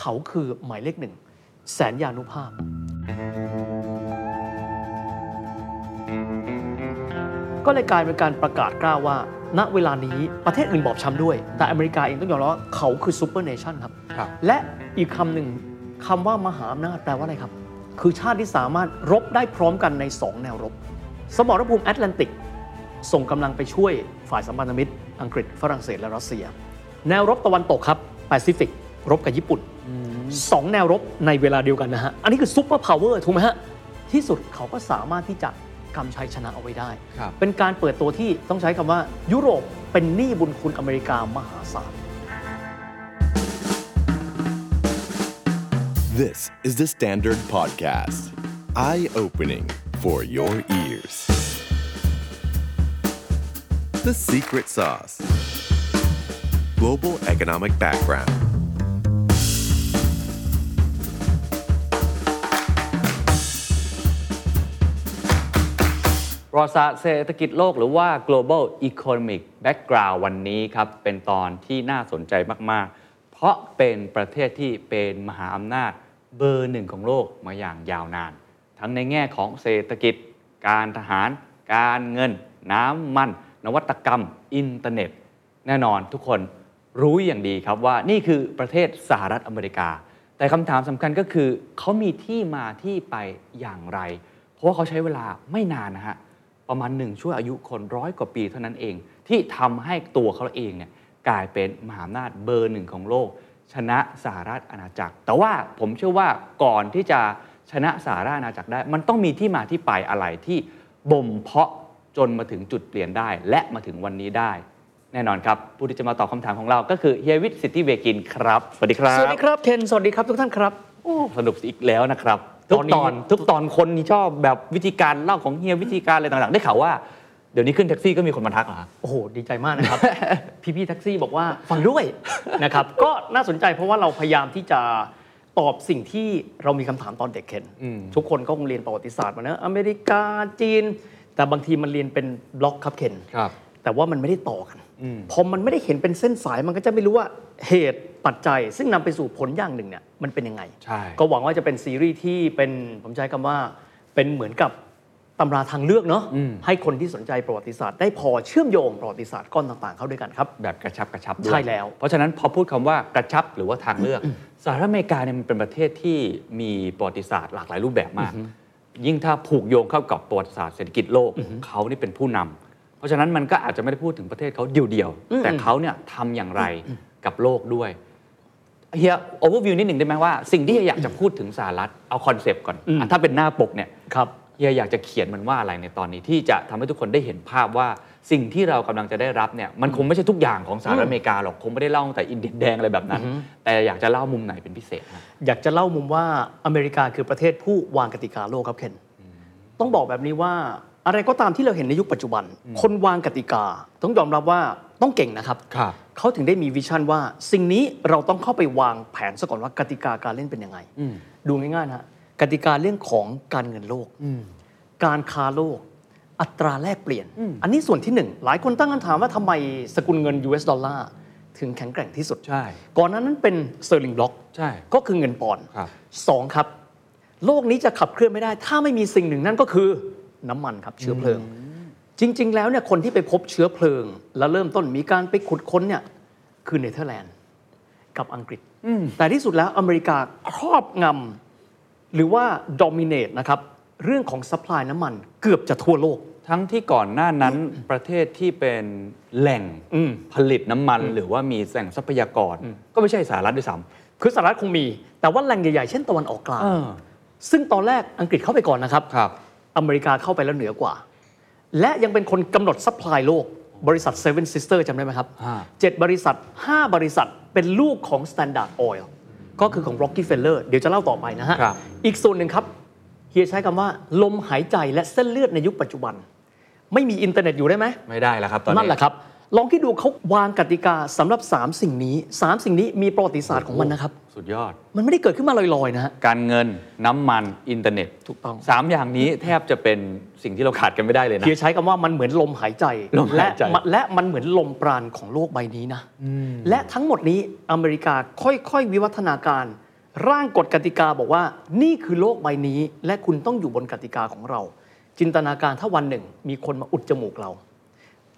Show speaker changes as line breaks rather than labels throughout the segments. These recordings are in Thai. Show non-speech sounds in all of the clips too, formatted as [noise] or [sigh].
เขาคือหมายเลขหนึ่งแสนยานุภาพ ก็เลยกลายเป็นการประกาศกล้าวว่า ณเวลานี้ประเทศอื่นบอบช้ำด้วย แต่อเมริกาเองต้องยอมรับว่าเขาคือซูเปอร์เนชั่นครับ
ครับ
และอีกคำหนึ่งคำว่ามหาอำนาจแปลว่าอะไรครับ คือชาติที่สามารถรบได้พร้อมกันใน 2 แนวรบ สมรภูมิแอตแลนติก ส่งกำลังไปช่วยฝ่ายสัมพันธมิตร อังกฤษฝรั่งเศสและรัสเซีย แนวรบตะวันตกครับแปซิฟิก รบกับญี่ปุ่น สองแนวรบในเวลาเดียวกันนะฮะ อันนี้คือซุปเปอร์พาวเวอร์ถูกไหมฮะ ที่สุดเขาก็สามารถที่จะกำชัยชนะเอาไว้ได้
ครับ
เป็นการเปิดตัวที่ต้องใช้คำว่า ยุโรปเป็นหนี้บุญคุณอเมริกามหาศาล
This is the Standard Podcast. Eye opening for your ears. The Secret Sauce Global Economic Background.
Broad ศาสตร์เศรษฐกิจโลกหรือว่า global economic background วันนี้ครับ เป็นตอนที่น่าสนใจมาก ๆ เพราะเป็นประเทศที่เป็นมหาอำนาจเบอร์หนึ่งของโลกมาอย่างยาวนาน ทั้งในแง่ของเศรษฐกิจ การทหาร การเงิน น้ำมัน นวัตกรรม อินเทอร์เน็ต แน่นอนทุกคนรู้อย่างดีครับว่านี่คือประเทศสหรัฐอเมริกา แต่คำถามสำคัญก็คือเขามีที่มาที่ไปอย่างไร เพราะว่าเขาใช้เวลาไม่นานนะฮะ ประมาณหนึ่งช่วอายุคนร้อยกว่าปีเท่านั้นเอง ที่ทำให้ตัวเขาเองเนี่ยกลายเป็นมหาอำนาจเบอร์หนึ่งของโลก ชนะสหรัฐอาณาจักร แต่ว่าผมเชื่อว่าก่อนที่จะชนะสหรัฐอาณาจักรได้ มันต้องมีที่มาที่ไปอะไรที่บ่มเพาะจนมาถึงจุดเปลี่ยนได้ และมาถึงวันนี้ได้ แน่นอนครับ ผู้ที่จะมาตอบคำถามของเราก็คือเฮียวิทย์สิทธิเวกินครับสวัสดีครับ
สวัสดีครับเทน สวัสดีครับทุกท่านครับ
โอ้สนุกอีกแล้วนะครับทุก
ต
ต
อ
อน น
นี้
ทุกตอนคนชอบแบบวิธีการเล่าของเฮียวิธีการอะไรต่างๆ ได้ข่าวว่าเดี๋ยวนี้ขึ้นแท็กซี่ก็มีคนมาทักเหรอฮะ
โอ้โห ดีใจมาก [laughs] นะครับ พี่ๆแท็กซี่บอกว่าฟังด้วย นะครับ [laughs] ก็น่าสนใจเพราะว่าเราพยายามที่จะตอบสิ่งที่เรามีคำถามตอนเด็กเข็น
อืม
ทุกคนก็คงเรียนประวัติศาสตร์มานะอเมริกาจีน แต่บางทีมันเรียนเป็นบล็อกครับเข็น
ครับ
แต่ว่ามันไม่ได้ต่อกัน
อืม
พอมันไม่ได้เห็นเป็นเส้นสายมันก็จะไม่รู้ว่าเหตุปัจจัย ซึ่งนำไปสู่ผลอย่างหนึ่งเนี่ยมันเป็นยังไง
ใช่
ก็หวังว่าจะเป็นซีรีส์ที่เป็นผมใช้คำว่าเป็นเหมือนกับตำราทางเลือกเนาะให้คนที่สนใจประวัติศาสตร์ได้พอเชื่อมโยงประวัติศาสตร์ก้อนต่างๆเข้าด้วยกันครับ
แบบกระชับกระชับด้วย
ใช่แล้ว
เพราะฉะนั้นพอพูดคำว่ากระชับหรือว่าทางเลือก สหรัฐอเมริกาเนี่ยมันเป็นประเทศที่มีประวัติศาสตร์หลากหลายรูปแบบมาก ยิ่งถ้าผูกโยงเข้ากับประวัติศาสตร์เศรษฐกิจโลกเขานี่เป็นผู้นำเพราะฉะนั้นมันก็อาจจะไม่ได้พูดถึงประเทศเขาเดียวๆแต่เขาเนี่ยทำอย่างไรกับโลกด้วยเฮียโอเวอร์วิวนิดหนึ่งได้ไหมว่าสิ่งที่เฮียอยากจะพูดถึงสหรัฐเอาคอนเซปต์ก่อนอ่ะถ้าเป็นหน้าปกเนี่ย
ครับ
เฮียอยากจะเขียนมันว่าอะไรในตอนนี้ที่จะทำให้ทุกคนได้เห็นภาพว่าสิ่งที่เรากำลังจะได้รับเนี่ยมันคงไม่ใช่ทุกอย่างของสหรัฐอเมริกาหรอกคงไม่ได้เล่าตั้งแต่อินเดียนแดงอะไรแบบนั้น แต่อยากจะเล่ามุมไหนเป็นพิเศษนะ
อยากจะเล่ามุมว่าอเมริกาคือประเทศผู้วางกติกาโลกครับเคนต้องบอกแบบนี้ว่าอะไรก็ตามที่เราเห็นในยุคปัจจุบัน คนวางกติกา ต้องยอมรับว่าต้องเก่งนะครับ
ครับ
เขาถึงได้มีวิชั่นว่าสิ่งนี้เราต้องเข้าไปวางแผนซะก่อนว่ากติกาการเล่นเป็นยังไง ดูง่ายๆนะฮะกติกาเรื่องของการเงินโลก การค้าโลก อัตราแลกเปลี่ยน อันนี้ส่วนที่หนึ่งหลายคนตั้งคำถามว่าทำไมสกุลเงิน US ดอลลาร์ถึงแข็งแกร่งที่สุด
ใช่
ก่อนหนั้นนั้นเป็นเซอร์ลิงบล็อก
ใช่
ก็คือเงินปอนด์
ครับ
สองครับ โลกนี้จะขับเคลื่อนไม่ได้ ถ้าไม่มีสิ่งหนึ่งนั่นก็คือน้ำมันครับเชื้อเพลิง จริง ๆ แล้วเนี่ยคนที่ไปพบเชื้อเพลิง และเริ่มต้นมีการไปขุดค้นเนี่ยคือเนเธอร์แลนด์กับอังกฤษ แต่ที่สุดแล้วอเมริกาครอบงำหรือว่า dominate นะครับ เรื่องของ supply น้ำมันเกือบจะทั่วโลก
ทั้งที่ก่อนหน้านั้นประเทศที่เป็นแหล่ง
อืม
ผลิตน้ำมัน หรือว่ามีแหล่งทรัพยากร ก็ไม่ใช่สหรัฐด้วยซ้ำ
คือสหรัฐคงมี แต่ว่าแหล่งใหญ่ ๆ เช่นตะวันออกกลาง
เออ
ซึ่งตอนแรกอังกฤษเข้าไปก่อนนะครับ
ครับ
อเมริกาเข้าไปแล้วเหนือกว่า และยังเป็นคนกำหนดซัพพลายโลก บริษัท Seven Sister จำได้ไหมครับ
ฮะ
เจ็ดบริษัท 5 บริษัทเป็นลูกของ Standard Oil ก็คือของ Rockefeller เดี๋ยวจะเล่าต่อไปนะฮะ
ครับ
อีกส่วนหนึ่งครับ เฮียใช้คำว่า ลมหายใจและเส้นเลือดในยุคปัจจุบัน ไม่มีอินเทอร์เน็ตอยู่ได้ไหม
ไม่ได้แล้วครับตอนนี้
นั่นแหละครับ ลองคิดดูเขาวางกติกาสำหรับสามสิ่งนี้สามสิ่งนี้มีประวัติศาสตร์ของมันนะครับ
สุดยอด
มันไม่ได้เกิดขึ้นมาลอยๆนะฮะ
การเงินน้ำมันอินเทอร์เน็ต
ถูกต้อง
สามอย่างนี้แทบจะเป็นสิ่งที่เราขาดกันไม่ได้เลยนะ
เพียใช้คำว่ามันเหมือนลมหายใจ
ลมหายใจ
และและมันเหมือนลมปราณของโลกใบนี้นะ และทั้งหมดนี้อเมริกาค่อยๆ วิวัฒนาการ ร่างกฎกติกาบอกว่า นี่คือโลกใบนี้ และคุณต้องอยู่บนกติกาของเรา จินตนาการถ้าวันหนึ่ง มีคนมาอุดจมูกเรา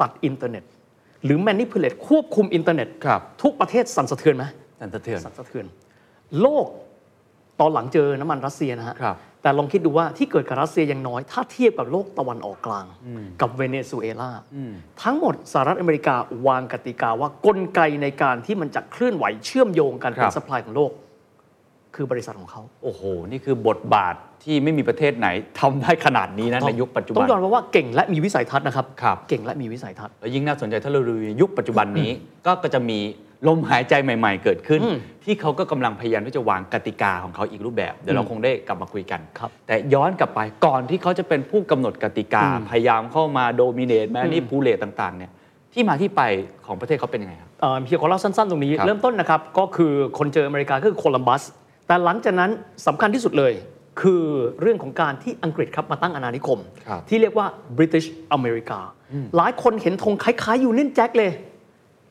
ตัดอินเทอร์เน็ต หรือ manipulate ควบคุมอินเทอร์เน็ต
ครับ
ทุกประเทศสั่นสะเทือนไหม
สันสะเทือน
สั่นสะเทือนโลกตอนหลังเจอน้ำมันรัสเซียนะฮะ
ครับ
แต่ลองคิดดูว่าที่เกิดกับรัสเซียยังน้อย ถ้าเทียบกับโลกตะวันออกกลาง กับเวเนซุเอลา ทั้งหมดสหรัฐอเมริกาวางกติกาว่ากลไกในการที่มันจะเคลื่อนไหวเชื่อมโยงกันเป็
ครั
น
บ
สป라이ของโลก คือบริษัทของเขา
โอ้โห นี่คือบทบาทที่ไม่มีประเทศไหนทำได้ขนาดนี้นะในยุคปัจจุ
ต้
บั
อน งยอมรับว่าเก่งและมีวิสัยทัศน์นะครับ
ครับ
เก่งและมีวิสัยทัศน์
และยิ่งน่าสนใจถ้าเราดูยุคปัจจุบันนี้ก็ก็จะมีลมหายใจใหม่ ๆ เกิดขึ้น
อืม
ที่เขาก็กำลังพยายามที่จะวางกติกาของเขาอีกรูปแบบ เดี๋ยวเราคงได้กลับมาคุยกัน
ครับ
แต่ย้อนกลับไปก่อนที่เขาจะเป็นผู้กำหนดกติกา พยายามเข้ามาโดมิเนตแมนนี่
อืม
พูเลตต่าง ๆเนี่ยที่มาที่ไปของประเทศเขาเป็นยังไงครับ
เอ่อเพียงขอเล่าสั้น ๆ ตรงนี้
ครับ
เริ่มต้นนะครับก็คือคนเจออเมริกาก็คือโคลัมบัส แต่หลังจากนั้นสำคัญที่สุดเลย คือเรื่องของการที่อังกฤษครับมาตั้งอาณานิคม
ครับ
ที่เรียกว่า British America หลายคนเห็นธงคล้ายๆยูเนี่ยนแจ็คเลย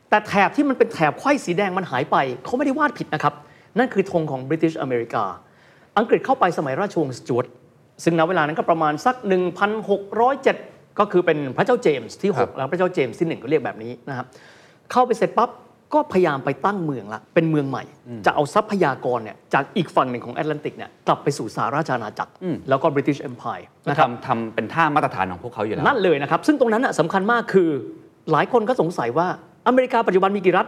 แต่แถบที่มันเป็นแถบไขว้สีแดงมันหายไป เขาไม่ได้วาดผิดนะครับ นั่นคือธงของ British America อังกฤษเข้าไปสมัยราชวงศ์สจวตซึ่งณเวลานั้นก็ประมาณสัก 1,607 ก็คือเป็นพระเจ้าเจมส์ที่
ครับ
6 แล้วพระเจ้าเจมส์ที่หนึ่งก็เรียกแบบนี้นะครับ เข้าไปเสร็จปั๊บ ก็พยายามไปตั้งเมืองละ เป็นเมืองใหม่ จะเอาทรัพยากรเนี่ยจากอีกฝั่งหนึ่งของแอตแลนติกเนี่ยกลับไปสู่สหราชอาณาจักร แล้วก็บริติชเอ็มพาย
ก็
นะครับ
ทำทำเป็นท่ามาตรฐานของพวกเขาอยู่แล้ว
นั่นเลยนะครับ ซึ่งตรงนั้นน่ะสำคัญมากคือหลายคนก็สงสัยว่าอเมริกาปัจจุบันมีกี่รัฐ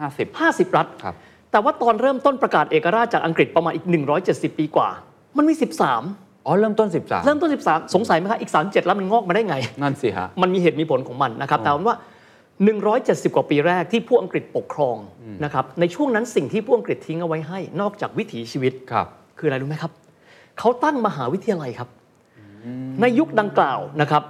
50
50 รัฐ
ครับ
แต่ว่าตอนเริ่มต้นประกาศเอกราชจากอังกฤษประมาณอีก 170 ปีกว่า มันมี 13
อ๋อเริ่มต้น 13
เริ่มต้น 13 สงสัยไหมคะอีก 37 แล้วมันงอกมาได้ไง [laughs]
นั่นสิฮะ
มันมีเหตุมีผลของมันนะครับแต่ว่า 170 กว่าปีแรกที่พวกอังกฤษปกครองนะครับในช่วงนั้นสิ่งที่พวกอังกฤษทิ้งเอาไว้ให้ นอกจากวิถีชีวิต
ครับ
คืออะไรรู้ไหมครับ เขาตั้งมหาวิทยาลัยครับ ในยุคดังกล่าวนะครับ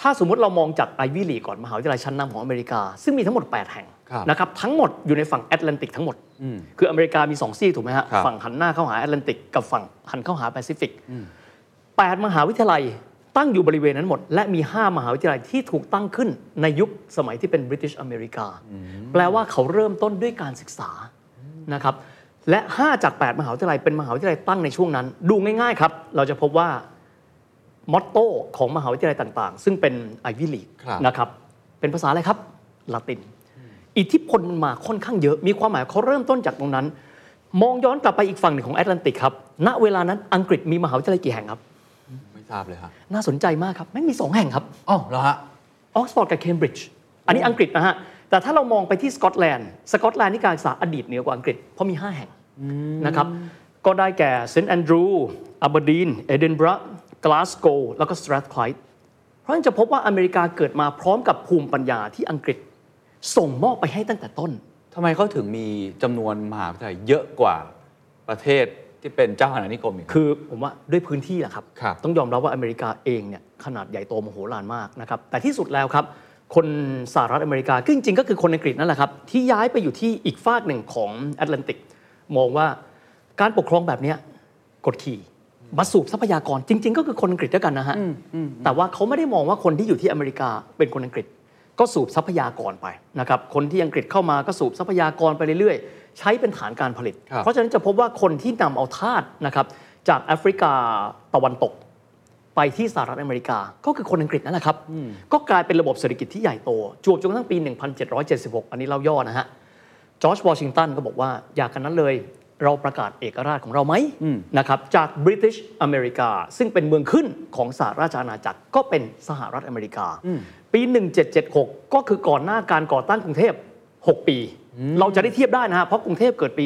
ถ้าสมมติเรามองจากไอวิลีก่อนมหาวิทยาลัยชั้นนำของอเมริกา ซึ่งมีทั้งหมด 8 แห่ง
ครับ
นะครับทั้งหมดอยู่ในฝั่งแอตแลนติกทั้งหมด คืออเมริกามี 2 ซี่ถูกไหมฮะ
ครับ
ฝั่งหันหน้าเข้าหาแอตแลนติกกับฝั่งหันเข้าหาแปซิฟิกแปดมหาวิทยาลัยตั้งอยู่บริเวณนั้นหมด และมี 5 มหาวิทยาลัยที่ถูกตั้งขึ้นในยุคสมัยที่เป็นบริ i ิชอเมริกา แปลว่าเขาเริ่มต้นด้วยการศึกษา นะครับและ 5 จาก 8 มหาวิทยาลัยเป็นมหาวิทยาลัยตั้งในช่วงนั้น ดูง่ายๆครับ เราจะพบว่ามอตโต้ของมหาวิทยาลัยต่างๆ ซึ่งเป็นไอวิลีก
ครับ
นะครับ เป็นภาษาอะไรครับละติน อิทธิพลมันมาค่อนข้างเยอะ มีความหมายเขาเริ่มต้นจากตรงนั้น มองย้อนกลับไปอีกฝั่งหนึ่งของแอตแลนติกครับณเวลานั้นอังกฤษมีมหาวิทยาลัยกี่แห่งครับ
ไม่ทราบเลยฮะ
น่าสนใจมากครับไม่งมีสองแห่งครับ
อ๋อเหรอฮะ
ออกซฟอร์ดกับเคมบริดจ์อันนี้อังกฤษนะฮะ แต่ถ้าเรามองไปที่สกอตแลนด์สกอตแลนด์นี่การศึกษาอดีตเหนือกว่าอังกฤษ เพราะมี 5 แห่งนะครับ ก็ได้แก่เซนต์แอนดรูว์อับเดนเอดินบะร์กลาสโกแล้วก็สแตรทคล d ด์เพราะฉะนั้นจะพบว่าอเมริกาเกิดมาพร้อมกับภูมิปัญญาที่อังกฤษ ส่งมอบไปให้ตั้งแต่ต้น
ทำไมเขาถึงมีจำนวนมหาวิทยาลัยเยอะกว่าประเทศที่เป็นเจ้าอาณานิคมอีก
คือผมว่าด้วยพื้นที่แหละครับ
ครับ
ต้องยอมรับว่าอเมริกาเองเนี่ยขนาดใหญ่โตมโหฬารมากนะครับแต่ที่สุดแล้วครับ คนสหรัฐอเมริกาก็จริงๆ ก็คือคนอังกฤษนั่นแหละครับ ที่ย้ายไปอยู่ที่อีกฝากหนึ่งของแอตแลนติก มองว่าการปกครองแบบเนี้ยกดขี่มาสูบทรัพยากรจริง ๆ ก็คือคนอังกฤษด้วยกันนะฮะแต่ว่าเขาไม่ได้มองว่าคนที่อยู่ที่อเมริกาเป็นคนอังกฤษ ก็สูบทรัพยากรไปนะครับคนที่อังกฤษเข้ามาก็สูบทรัพยากรไปเรื่อยๆ ใช้เป็นฐานการผลิต
ครับ
เพราะฉะนั้นจะพบว่าคนที่นำเอาทาสนะครับจากแอฟริกาตะวันตก ไปที่สหรัฐอเมริกาก็คือคนอังกฤษนั่นแหละครับ ก็กลายเป็นระบบเศรษฐกิจที่ใหญ่โต จวบจนกระทั่งปี 1776 อันนี้เล่าย่อนะฮะ จอร์จวอชิงตันก็บอกว่าอยากกันนั้นเลยเราประกาศเอกราชของเราไหมนะครับจากบริเตนอเมริกาซึ่งเป็นเมืองขึ้นของสหราชอาณาจักรก็เป็นสหรัฐอเมริกา ปี 1776 ก็คือก่อนหน้าการก่อตั้งกรุงเทพ 6 ปี เราจะได้เทียบได้นะฮะเพราะกรุงเทพเกิดปี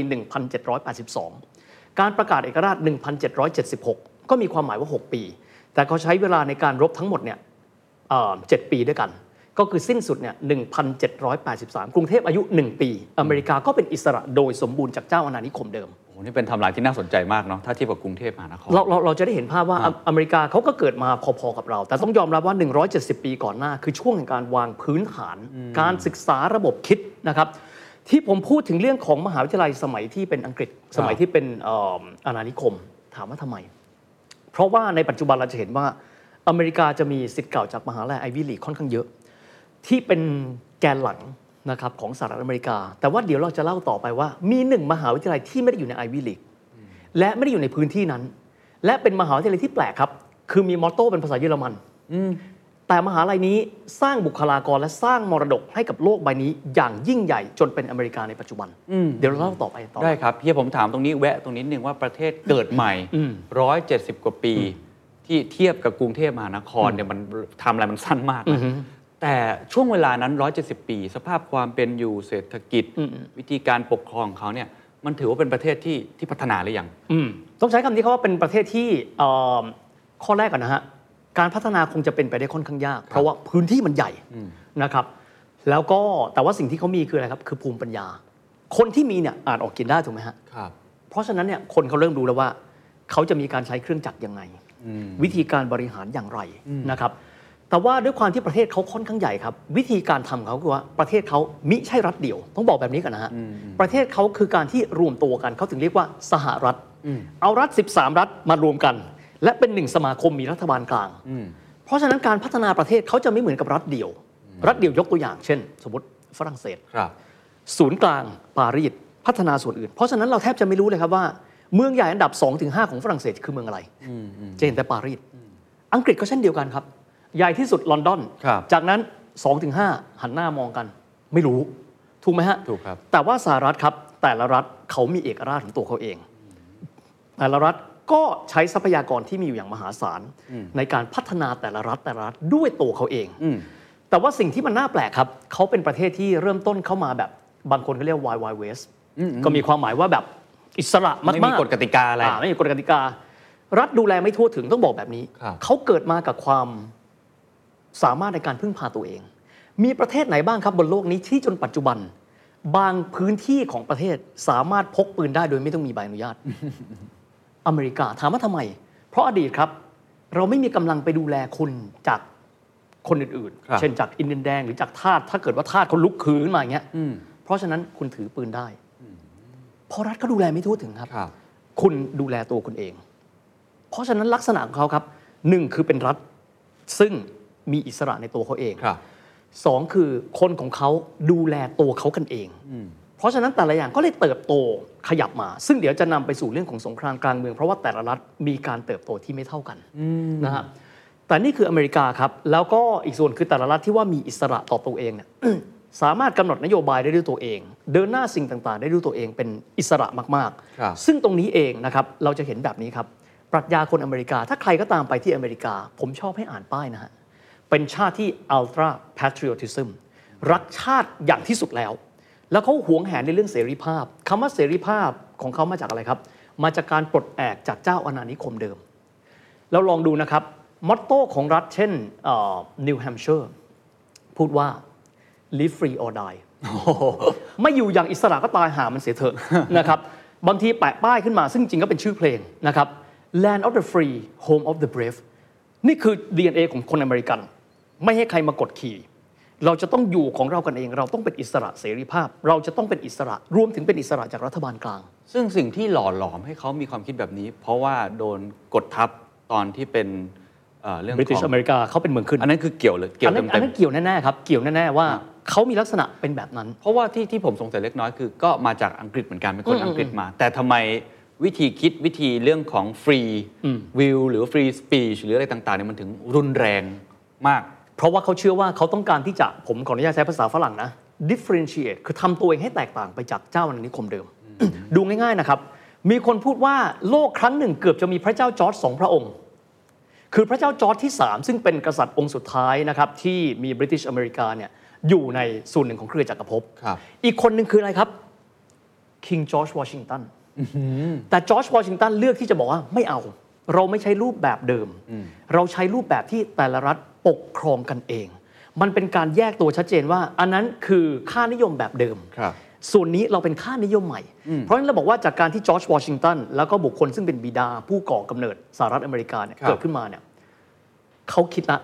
1782 การประกาศเอกราช 1776 ก็มีความหมายว่า 6 ปี แต่เขาใช้เวลาในการรบทั้งหมดเนี่ย เอ่อ7ปีด้วยกัน ก็คือสิ้นสุดเนี่ย1,783 กรุงเทพอายุ 1 ปี อเมริกาก็เป็นอิสระโดยสมบูรณ์จากเจ้าอาณานิคมเดิม
โอ้โหนี่เป็นไทำลายที่น่าสนใจมากเนาะถ้าเทียบกับกรุงเทพมหานคร
เราเราเราจะได้เห็นภาพว่า
ครั
อบ อเมริกาเขาก็เกิดมาพอๆกับเรา แต่ต้องยอมรับว่า 170 ปีก่อนหน้า คือช่วงแห่งการวางพื้นฐาน การศึกษาระบบคิดนะครับ ที่ผมพูดถึงเรื่องของมหาวิทยาลัยสมัยที่เป็นอังกฤษ สมัยที่เป็นเอ่ออาณานิคมถามว่าทำไม เพราะว่าในปัจจุบันเราจะเห็นว่าอเมริกาจะมีสิทธิ์เก่าจากมหาลัยไอวิลีค่อนข้างเยอะ ที่เป็นแกนหลังนะครับของสหรัฐอเมริกา แต่ว่าเดี๋ยวเราจะเล่าต่อไปว่ามีหนึ่งมหาวิทยาลัยที่ไม่ได้อยู่ในไอวิลี และไม่ได้อยู่ในพื้นที่นั้น และเป็นมหาวิทยาลัยที่แปลกครับ คือมีมอตโต้เป็นภาษาเยอรมัน แต่มหาลัยนี้สร้างบุคลากรและสร้างมรดกให้กับโลกใบนี้ อย่างยิ่งใหญ่จนเป็นอเมริกาในปัจจุบัน เดี๋ยวเราเล่าต่อไปต่อ
ได้ครับพี่ผมถามตรงนี้แวะตรงนี้นิดนึงว่าประเทศเกิดใหม่
อืม
170 กว่าปี ที่เทียบกับกรุงเทพมหานครเนี่ยมันทำอะไรมันสั้นมาก
อื
นะ
อฮึ
แต่ช่วงเวลานั้น 170 ปี สภาพความเป็นอยู่เศรษฐกิจ
อืม
วิธีการปกครองของเขาเนี่ยมันถือว่าเป็นประเทศที่ที่พัฒนาหรือยัง
อืมต้องใช้คำนี้เขาว่าเป็นประเทศที่เอ่อข้อแรกก่อนนะฮะ การพัฒนาคงจะเป็นไปได้ค่อนข้างยาก เพราะว่าพื้นที่มันใหญ่นะครับ แล้วก็แต่ว่าสิ่งที่เขามีคืออะไรครับ คือภูมิปัญญา คนที่มีเนี่ยอาจออกกินได้ถูกไหมฮะ
ครับ
เพราะฉะนั้นเนี่ยคนเขาเริ่มรู้แล้วว่า เขาจะมีการใช้เครื่องจักรยังไง วิธีการบริหารอย่างไรนะครับ แต่ว่าด้วยความที่ประเทศเขาค่อนข้างใหญ่ครับ วิธีการทำของเขาคือว่าประเทศเขามิใช่รัฐเดียว ต้องบอกแบบนี้กันนะฮะประเทศเขาคือการที่รวมตัวกันเขาถึงเรียกว่าสหรัฐ เอารัฐ 13 รัฐมารวมกัน และเป็นหนึ่งสมาคมมีรัฐบาลกลาง เพราะฉะนั้นการพัฒนาประเทศเขาจะไม่เหมือนกับรัฐเดียว รัฐเดียวยกตัวอย่างเช่น สมมติฝรั่งเศส
ครับ
ศูนย์กลางปารีสพัฒนาส่วนอื่น เพราะฉะนั้นเราแทบจะไม่รู้เลยครับว่า เมืองใหญ่อันดับ 2-5 ของฝรั่งเศสคือเมืองอะไรจะเห็นแต่ปารีสอังกฤษก็เช่นเดียวกันครับ ใหญ่ที่สุดลอนดอน
ครับ
จากนั้น 2-5 หันหน้ามองกัน ไม่รู้ ถูกไหมฮะ
ถูกครับ
แต่ว่าสหรัฐครับ แต่ละรัฐเขามีเอกราชของตัวเขาเอง แต่ละรัฐก็ใช้ทรัพยากรที่มีอยู่อย่างมหาศาล ในการพัฒนาแต่ละรัฐแต่ละรัฐด้วยตัวเขาเอง แต่ว่าสิ่งที่มันน่าแปลกครับ เขาเป็นประเทศที่เริ่มต้นเข้ามาแบบบางคนก็เรียก Y Y West ก็มีความหมายว่าแบบอิสระมากๆ
ไม่มีกฎกติกาอะไร
ไม่มีกฎกติกา รัฐดูแลไม่ทั่วถึงต้องบอกแบบนี้
ครับ
เขาเกิดมากับความสามารถในการพึ่งพาตัวเอง มีประเทศไหนบ้างครับบนโลกนี้ที่จนปัจจุบัน บางพื้นที่ของประเทศสามารถพกปืนได้โดยไม่ต้องมีใบอนุ
[laughs]
ญาต อเมริกาถามว่าทำไม เพราะอดีตครับ เราไม่มีกำลังไปดูแลคนจากคนอื่น
ครับ
ๆ เช่นจากอินเดียนแดงหรือจากทาสถ้าเกิดว่าทาสเขาลุกขืนมาอย่างเงี้ยเพราะฉะนั้นคุณถือปืนได้เพราะรัฐก็ดูแลไม่ทั่วถึงครับ
ครับ
คุณดูแลตัวคุณเอง เพราะฉะนั้นลักษณะของเขาครับหนึ่งคือเป็นรัฐซึ่งมีอิสระในตัวเขาเอง
ครับ
สองคือคนของเขาดูแลตัวเขากันเอง เพราะฉะนั้นแต่ละอย่างก็เลยเติบโตขยับมา ซึ่งเดี๋ยวจะนำไปสู่เรื่องของสงครามกลางเมือง เพราะว่าแต่ละรัฐมีการเติบโตที่ไม่เท่ากันนะฮะแต่นี่คืออเมริกาครับ แล้วก็อีกส่วนคือแต่ละรัฐที่ว่ามีอิสระต่อตัวเองเนี่ย [clears throat] สามารถกำหนดนโยบายได้ด้วยตัวเอง เดินหน้าสิ่งต่างๆ ได้ด้วยตัวเองเป็นอิสระมาก
ครับ
ๆ ซึ่งตรงนี้เองนะครับเราจะเห็นแบบนี้ครับปรัชญาคนอเมริกา ถ้าใครก็ตามไปที่อเมริกา ผมชอบให้อ่านป้ายนะฮะ เป็นชาติที่ ultra patriotism รักชาติอย่างที่สุดแล้ว แล้วเขาหวงแหนในเรื่องเสรีภาพคำว่าเสรีภาพของเขามาจากอะไรครับ มาจากการปลดแอกจากเจ้าอาณานิคมเดิม เราลองดูนะครับ มอตโต้ของรัฐเช่นนิวแฮมเชอร์พูดว่า live free or
[laughs]
die ไม่อยู่อย่างอิสระก็ตายหามันเสียเถอะ นะครับ บางทีแปะป้ายขึ้นมาซึ่งจริงก็เป็นชื่อเพลงนะครับ land of the free home of the brave นี่คือ DNA ของคนอเมริกัน ไม่ให้ใครมากดขี่ เราจะต้องอยู่ของเรากันเอง เราต้องเป็นอิสระเสรีภาพ เราจะต้องเป็นอิสระรวมถึงเป็นอิสระจากรัฐบาลกลาง
ซึ่งสิ่งที่หล่อหลอมให้เขามีความคิดแบบนี้ เพราะว่าโดนกดทับตอนที่เป็นเอ่อเรื่องของ
British อเมริกาเขาเป็นเมืองขึ้น
อันนั้นคือเกี่ยวเลยเกี่ย
อั
วน เต็
นั้น
ม
อัน
เต็ม
นั้นเกี่ยวแน่ๆครับ เกี่ยวแน่ๆว่าเขามีลักษณะเป็นแบบนั้น
เพราะว่าที่ที่ผมสงสัยเล็กน้อยคือ ก็มาจากอังกฤษเหมือนกันเป็นคนอังกฤษมา แต่ทำไมวิธีคิดวิธีเรื่องของฟรีวิวหรือฟรีสปีชหรืออะไรต่างๆเนี่ยมันถึงรุนแรงมาก
เพราะว่าเขาเชื่อว่าเขาต้องการที่จะผมขออนุญาตใช้ภาษาฝรั่งนะ differentiate คือทำตัวเองให้แตกต่างไปจากเจ้าอาณานิคมเดิม ดูง่ายๆนะครับ มีคนพูดว่าโลกครั้งหนึ่งเกือบจะมีพระเจ้าจอร์จสองพระองค์ คือพระเจ้าจอร์จที่ 3 ซึ่งเป็นกษัตริย์องค์สุดท้ายนะครับ ที่มีบริ t ิชอเมริกาเนี่ยอยู่ในส่วนหนึ่งของเครือจักรภพ
ครับ
อีกคนหนึ่งคืออะไรครับคิงจอร์จวอชิงตัน แต่จอร์จวอชิงตันเลือกที่จะบอกว่าไม่เอา เราไม่ใช้รูปแบบเดิม เราใช้รูปแบบที่แต่ละรัฐปกครองกันเอง มันเป็นการแยกตัวชัดเจนว่า อันนั้นคือค่านิยมแบบเดิม
ครับ
ส่วนนี้เราเป็นค่านิยมใหม่ เพราะฉะนั้นเราบอกว่าจากการที่จอร์จวอชิงตันแล้วก็บุคคลซึ่งเป็นบิดาผู้ก่อกำเนิดสหรัฐอเมริกาเนี่ย
ครับ
เกิดขึ้นมาเนี่ยเขาคิดละ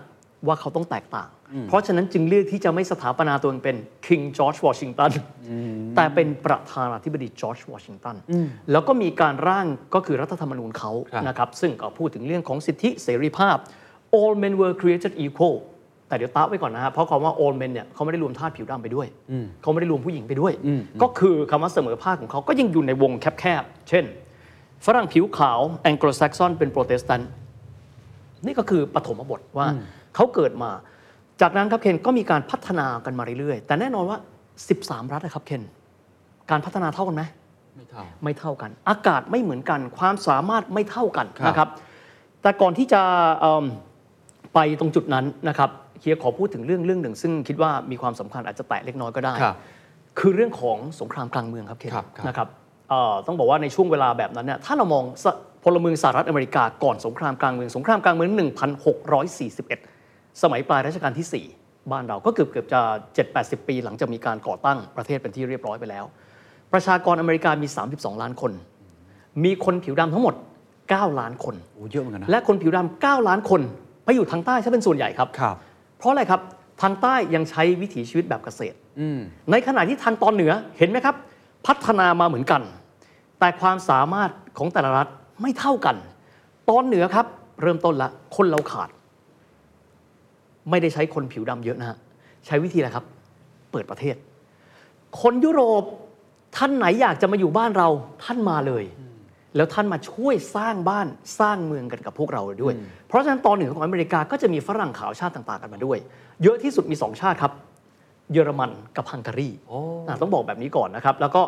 ว่าเขาต้องแตกต่าง เพราะฉะนั้นจึงเลือกที่จะไม่สถาปนาตัวเองเป็นคิงจอร์จวอชิงตันแต่เป็นประธานาธิบดีจอร์จวอชิงตันแล้วก็มีการร่างก็คือรัฐธรรมนูญเขา
ครับ
นะครับซึ่งก็พูดถึงเรื่องของสิทธิเสรีภาพ all men were created equal แต่เดี๋ยวตาไว้ก่อนนะฮะเพราะคำว่า all men เนี่ยเขาไม่ได้รวมทาสผิวดำไปด้วย เขาไม่ได้รวมผู้หญิงไปด้วย ก็คือคำว่าเสมอภาคของเขาก็ยังอยู่ในวงแคบๆ เช่น ฝรั่งผิวขาวแองโกลแซกซอนเป็นโปรเตสแตนต์นี่ก็คือปฐมบทว่าเขาเกิดมา จากนั้นครับเคนก็มีการพัฒนากันมาเรื่อยๆ แต่แน่นอนว่า 13 รัฐนะครับเคนการพัฒนาเท่ากันไหม
ไม่เท่า
ไม่เท่ากัน อากาศไม่เหมือนกัน ความสามารถไม่เท่ากัน
ครับ
นะครับ แต่ก่อนที่จะเอิ่มไปตรงจุดนั้นนะครับเฮียขอพูดถึงเรื่องเรื่องหนึ่ง ซึ่งคิดว่ามีความสำคัญอาจจะแตะเล็กน้อยก็ได้
ครับ
คือเรื่องของสงครามกลางเมืองครับเคน
ครับครับ
นะครับเอ่อต้องบอกว่าในช่วงเวลาแบบนั้นเนี่ยถ้าเรามองสพลเมืองสหรัฐอเมริกาก่อนสงครามกลางเมือง สงครามกลางเมือง 1641 สมัยปลายรัชกาลที่ 4 บ้านเราก็เกือบเกือบๆจะ 7-80 ปี หลังจากมีการก่อตั้งประเทศเป็นที่เรียบร้อยไปแล้ว ประชากรอเมริกามี 32 ล้านคน มีคนผิวดำทั้งหมด 9 ล้านคน
โอ้เยอะเหมือนกันนะ
และคนผิวดำ9ล้านคนไปอยู่ทางใต้ใช่เป็นส่วนใหญ่ครับ
ครับ
เพราะอะไรครับทางใต้ยังใช้วิถีชีวิตแบบเกษตร
อืม
ในขณะที่ทางตอนเหนือเห็นไหมครับ พัฒนามาเหมือนกัน แต่ความสามารถของแต่ละรัฐไม่เท่ากัน ตอนเหนือครับ เริ่มต้นละคนเราขาด ไม่ได้ใช้คนผิวดำเยอะนะฮะใช้วิธีอะไรครับ เปิดประเทศ คนยุโรปท่านไหนอยากจะมาอยู่บ้านเราท่านมาเลย แล้วท่านมาช่วยสร้างบ้านสร้างเมืองกันกับพวกเราด้วย เพราะฉะนั้นตอนเหนือของอเมริกาก็จะมีฝรั่งขาวชาติต่างๆกันมาด้วย เยอะที่สุดมีสองชาติครับ เยอรมันกับฮังการี
โอ้
อ่ะต้องบอกแบบนี้ก่อนนะครับ แล้วก็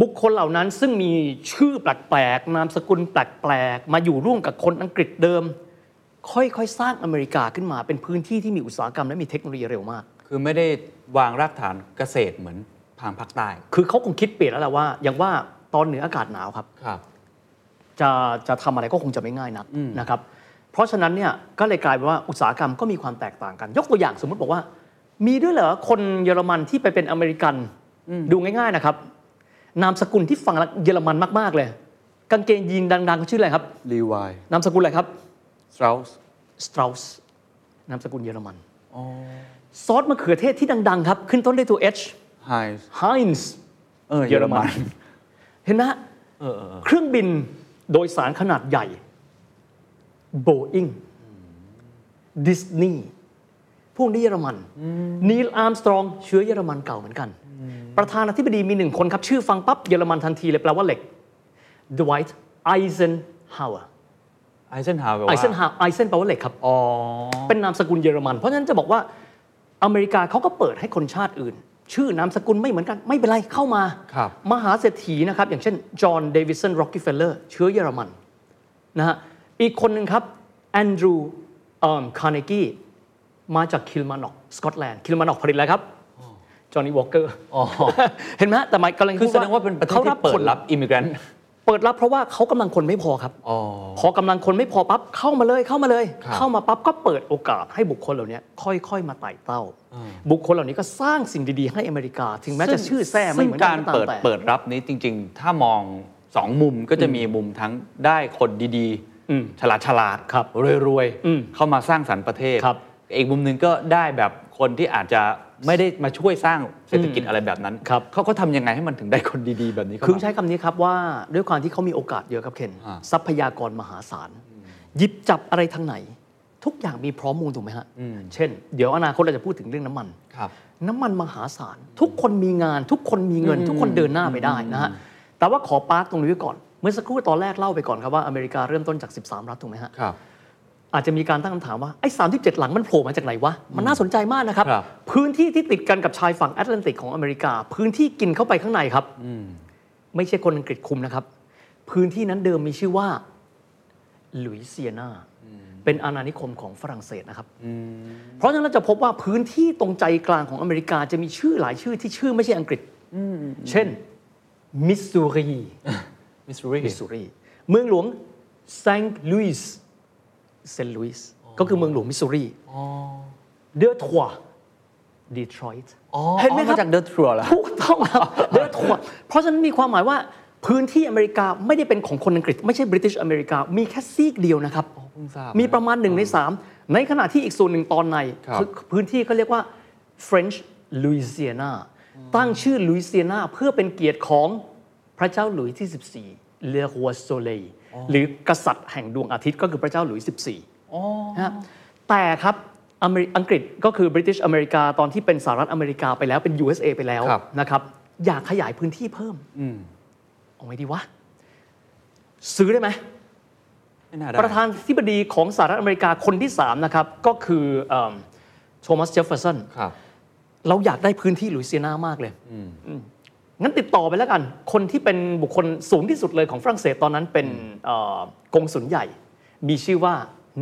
บุคคลเหล่านั้นซึ่งมีชื่อแปลกๆ นามสกุลแปลกๆ มาอยู่ร่วมกับคนอังกฤษเดิม ค่อยๆ สร้างอเมริกาขึ้นมาเป็นพื้นที่ที่มีอุตสาหกรรมและมีเทคโนโลยีเร็วมาก
คือไม่ได้วางรากฐานเกษตรเหมือนทางภาคใต้
คือเขาคงคิดเปลี่ยนแล้วแหละว่า อย่างว่าตอนเหนืออากาศหนาวครับ
ครับ
จะจะทำอะไรก็คงจะไม่ง่ายนักนะครับ เพราะฉะนั้นเนี่ยก็เลยกลายเป็นว่าอุตสาหกรรมก็มีความแตกต่างกัน ยกตัวอย่างสมมุติบอกว่า มีด้วยเหรอคนเยอรมันที่ไปเป็นอเมริกันดูง่ายๆนะครับ นามสกุลที่ฟังแล้วเยอรมันมากๆเลย กางเกงยีนดังๆเขาชื่ออะไรครับ
รีวาย
นามสกุลอะไรครับ
สตราส
สตราสนามสกุลเยอรมันซอสมะเขือเทศที่ดังๆครับขึ้นต้นด้วยตัว H
ไฮส์
Heinz
เออเยอรมัน
เห็นไหมฮะ
เออเออเออ
เครื่องบินโดยสารขนาดใหญ่ Boeing Disney พวกนี้เยอรมันนีลอาร์มสตรองเชื้อเยอรมันเก่าเหมือนกัน ประธานาธิบดีมีหนึ่งคนครับ ชื่อฟังปั๊บเยอรมันทันทีเลยแปลว่าเหล็ก Dwight Eisenhower
ไอเซนฮาวแปลว่า
Eisenhower Eisen แปลว่าเหล็กครับ
อ๋อ
เป็นนามสกุลเยอรมัน เพราะฉะนั้นจะบอกว่าอเมริกาเขาก็เปิดให้คนชาติอื่น ชื่อนามสกุลไม่เหมือนกัน ไม่เป็นไรเข้ามา
ครับ
มหาเศรษฐีนะครับ อย่างเช่น จอห์นเดวิสันโรก e เฟลเลอร์เชื้อเยอรมันนะฮะอีกคนหนึ่งครับแอนดรูคาร์เนกีมาจากคิลมานอกสกอตแลนด์คิลมานอกผลิตอะไรครับจอห์นนี่วอลเกอร์
อ๋อ
เห็นไหมแต่หมายกำลัง
คือ
พูด
แสดงว่าเป็นประเทศที่เปิดรับอิมิเกรนต์
เปิดรับเพราะว่าเขากำลังคนไม่พอครับ
อ๋อ
พอกำลังคนไม่พอปั๊บเข้ามาเลยเข้ามาเลย
ครับ
เข้ามาปั๊บก็เปิดโอกาสให้บุคคลเหล่านี้ค่อยๆ มาไต่เต้า
อืม
บุคคลเหล่านี้ก็สร้างสิ่งดีๆ ให้อเมริกา ถึงแม้จะชื่อแท้ไม่
ซึ่ง
เหมือน
การ
ก็ตม
เปิด
แต่
เปิดรับนี้จริง ๆ ถ้ามองสองมุมก็จะมีมุมทั้งได้คนดี
อืม
ๆ ฉลาดฉลาด
ครับ
รวยรวย
อืม
เข้ามาสร้างสรรค์ประเทศ
ครับ
อีกมุมหนึ่งก็ได้แบบคนที่อาจจะไม่ได้มาช่วยสร้างเศรษฐกิจ
อืม
อะไรแบบนั้น
ครับ
เขาก็ทำยังไงให้มันถึงได้คนดีๆ แบบนี้เข้า
คือ
มา
ใช้คำนี้ครับว่าด้วยความที่เขามีโอกาสเยอะครับเคน
อ่า
ทรัพยากรมหาศาลหยิบจับอะไรทางไหน ทุกอย่างมีพร้อมมูลถูกไหมฮะเช่น เดี๋ยวอนาคตเราจะพูดถึงเรื่องน้ำมัน
ครับ
น้ำมันมหาศาล ทุกคนมีงาน ทุกคนมีเงิน
อืม
ทุกคนเดินหน้าไปได้นะฮะแต่ว่าขอปาร์คตรงนี้ไว้ก่อน เมื่อสักครู่ตอนแรกเล่าไปก่อนครับว่าอเมริกาเริ่มต้นจาก 13 รัฐถูกไหมฮะ
ครับ
อาจจะมีการตั้งคำถามว่า ไอ้37 หลังมันโผล่มาจากไหนวะ มันน่าสนใจมากนะครับ
ครับ
พื้นที่ที่ติดกันกับชายฝั่งแอตแลนติกของอเมริกา พื้นที่กินเข้าไปข้างในครับ ไม่ใช่คนอังกฤษคุมนะครับ พื้นที่นั้นเดิมมีชื่อว่าลุยเซียนาเป็นอาณานิคมของฝรั่งเศสนะครับ เพราะฉะนั้นเราจะพบว่าพื้นที่ตรงใจกลางของอเมริกาจะมีชื่อหลายชื่อที่ชื่อไม่ใช่อังกฤษ เช่นมิสซูรี
มิสซูรี
มิสซูรีเมืองหลวงเซนต์ลุยส์เซนต์ลุยส์ก็คือเมืองหลวงมิสซูรีเดอทัวดีทรอยต์เห็นไหมครับ
มาจากเดอะทัวร์เหรอ
ถูกต้อง
[laughs]
ครับเดอทัวเพราะฉะนั้นมีความหมายว่าพื้นที่อเมริกาไม่ได้เป็นของคนอังกฤษ ไม่ใช่บริติชอเมริกา มีแค่ซีกเดียวนะครับ
เพิ่งทราบ
มีประมาณหนึ่งในสามในขณะที่อีกส่วนหนึ่งตอนใน
ครับ
คือพื้นที่เขาเรียกว่า French Louisiana ตั้งชื่อ Louisiana เพื่อเป็นเกียรติของพระเจ้าหลุยส์ที่ 14 Le Roi Soleil หรือกษัตริย์แห่งดวงอาทิตย์ก็คือพระเจ้าหลุยส์14นะฮะแต่ครับอเมริอังกฤษก็คือ British อเมริกาตอนที่เป็นสหรัฐอเมริกาไปแล้วเป็น USA ไปแล้ว
ครับ
นะครับ อยากขยายพื้นที่เพิ่มเอาไงดีวะ ซื้อได้ไหม
ไม่น่าได้
ประธานธิบดีของสหรัฐอเมริกาคนที่ 3 นะครับ ก็คือโทมัสเจฟเฟอร์สัน
ครับ
เราอยากได้พื้นที่ลุยเซียนามากเลยอืมงั้นติดต่อไปแล้วกัน คนที่เป็นบุคคลสูงที่สุดเลยของฝรั่งเศสตอนนั้นเป็นเอ่อกงสุลใหญ่ มีชื่อว่า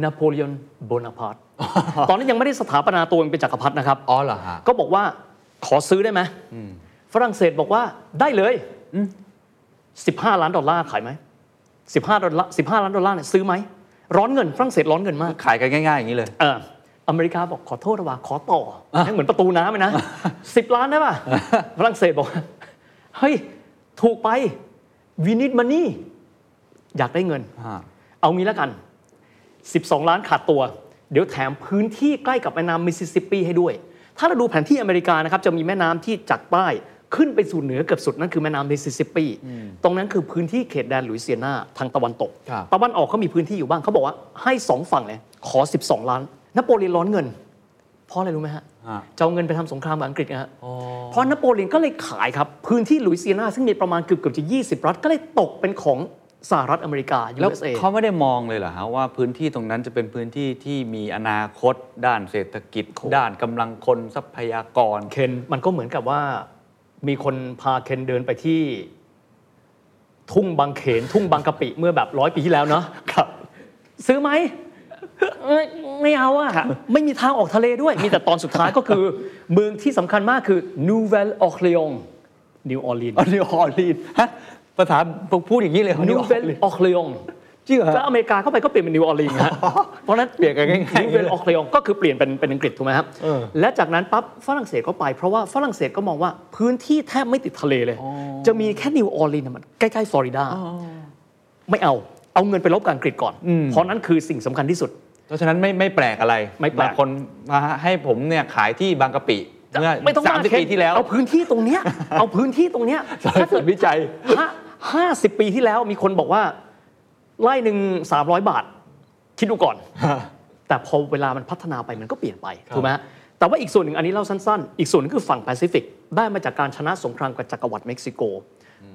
นโปเลียนโบนาปาร์ต [laughs] ตอนนั้นยังไม่ได้สถาปนาตัวเองเป็นจักรพรรดินะครับ
อ๋อเหรอฮะ
ก็บอกว่าขอซื้อได้ไหมฝรั่งเศสบอกว่าได้เลย 15 ล้านดอลลาร์ขายไหม 15ดอลลาร์15 ล้านดอลลาร์เนี่ยซื้อไหม ร้อนเงินฝรั่งเศสร้อนเงินมาก
ขายกันง่ายๆอย่างนี้เลย
เอออเมริกาบอกขอโทษนะว่าขอต่อให้เหมือนประตูน้ำเลยนะ 10 ล้านได้ป่ะ ฝรั่งเศสบอกว่าเฮ้ย ถูกไปวินิ e มันนี่อยากได้เงิน เอางี้แล้วกัน 12 ล้านขาดตัว เดี๋ยวแถมพื้นที่ใกล้กับแม่น้ำมิสซิสซิปปีให้ด้วย ถ้าเราดูแผนที่อเมริกานะครับ จะมีแม่น้ำที่จากใต้ขึ้นไปสู่เหนือเกือบสุด นั่นคือแม่น้ำมิสซิสซิปปี ตรงนั้นคือพื้นที่เขตแดนหลุยเซียนาทางตะวันตก
ครับ
ตะวันออกเขามีพื้นที่อยู่บ้างเขาบอกว่าให้ 2 ฝั่งเลยขอ 12 ล้านนโปเลียนร้อนเงิน เพราะอะไรรู้ไหมฮะ
อ่า
จะเอาเงินไปทำสงครามกับอังกฤษนะฮะ เพราะนโปเลียนก็เลยขายครับ พื้นที่หลุยเซียนาซึ่งมีประมาณเกือบเกือบๆจะ 20 รัฐก็เลยตกเป็นของสหรัฐอเมริกา
แล้ว
USA
เขาไม่ได้มองเลยเหรอฮะว่าพื้นที่ตรงนั้นจะเป็นพื้นที่ที่มีอนาคต ด้านเศรษฐกิจ ด้านกำลังคนทรัพยากร
เคนมันก็เหมือนกับว่ามีคนพาเคนเดินไปที่ ทุ่งบางเขน ทุ่งบางกะปิเมื่อแบบร้อยปีที่แล้วเนาะครับ ซื้อไหมเอ้ยไม่เอาอะไม่มีทางออกทะเลด้วย มีแต่ตอนสุดท้ายก็คือ เมืองที่สำคัญมากคือนูเวลออคลีองนิวออร์ลีน
อนิวออร์ลีนฮะภาษาพูดอย่างนี้เลย
นิวเวลออคลีอง
จริงเหรอ
แล้ว
ฮะ
อเมริกาเข้าไปก็เปลี่ยนเป็นนิวออร์ลีนฮะ เพราะฉะนั้น
เปลี่ยนกันง่ายๆ
นิวเวลออคลีองก็คือเปลี่ยนเป็นเป็นอังกฤษถูกไหมครับ
เออ
และจากนั้นปั๊บฝรั่งเศสก็ไป เพราะว่าฝรั่งเศสก็มองว่าพื้นที่แทบไม่ติดทะเลเลย จะมีแค่นิวออร์ลีนส์น่ะมันใกล้ๆฟลอริดา ไม่เอา เอาเงินไปลบกับอังกฤษก่อน เพราะนั้นคือสิ่งสำคัญที่สุด
เพราะฉะนั้นไม่ไม่แปลกอะไร
ไม่แปลก
บางคนมาให้ผมเนี่ยขายที่บางกะปิเมื่อ
ไม่ต้อง
สามสิบ
เคน
ปีที่แล้ว
เอาพื้นที่ตรงเนี้ย เอาพื้นที่ตรงเนี้ย
สายตรวจวิจัย
ห้าห้าสิบปีที่แล้วมีคนบอกว่าไล่หนึ่งสามร้อยบาท คิดดูก่อน แต่พอเวลามันพัฒนาไปมันก็เปลี่ยนไปถูกไหมฮะแต่ว่าอีกส่วนหนึ่งอันนี้เล่าสั้นๆ อีกส่วนหนึงคือฝั่งแปซิฟิกได้มาจากการชนะสงครามกับจักรวรรดิเม็กซิโก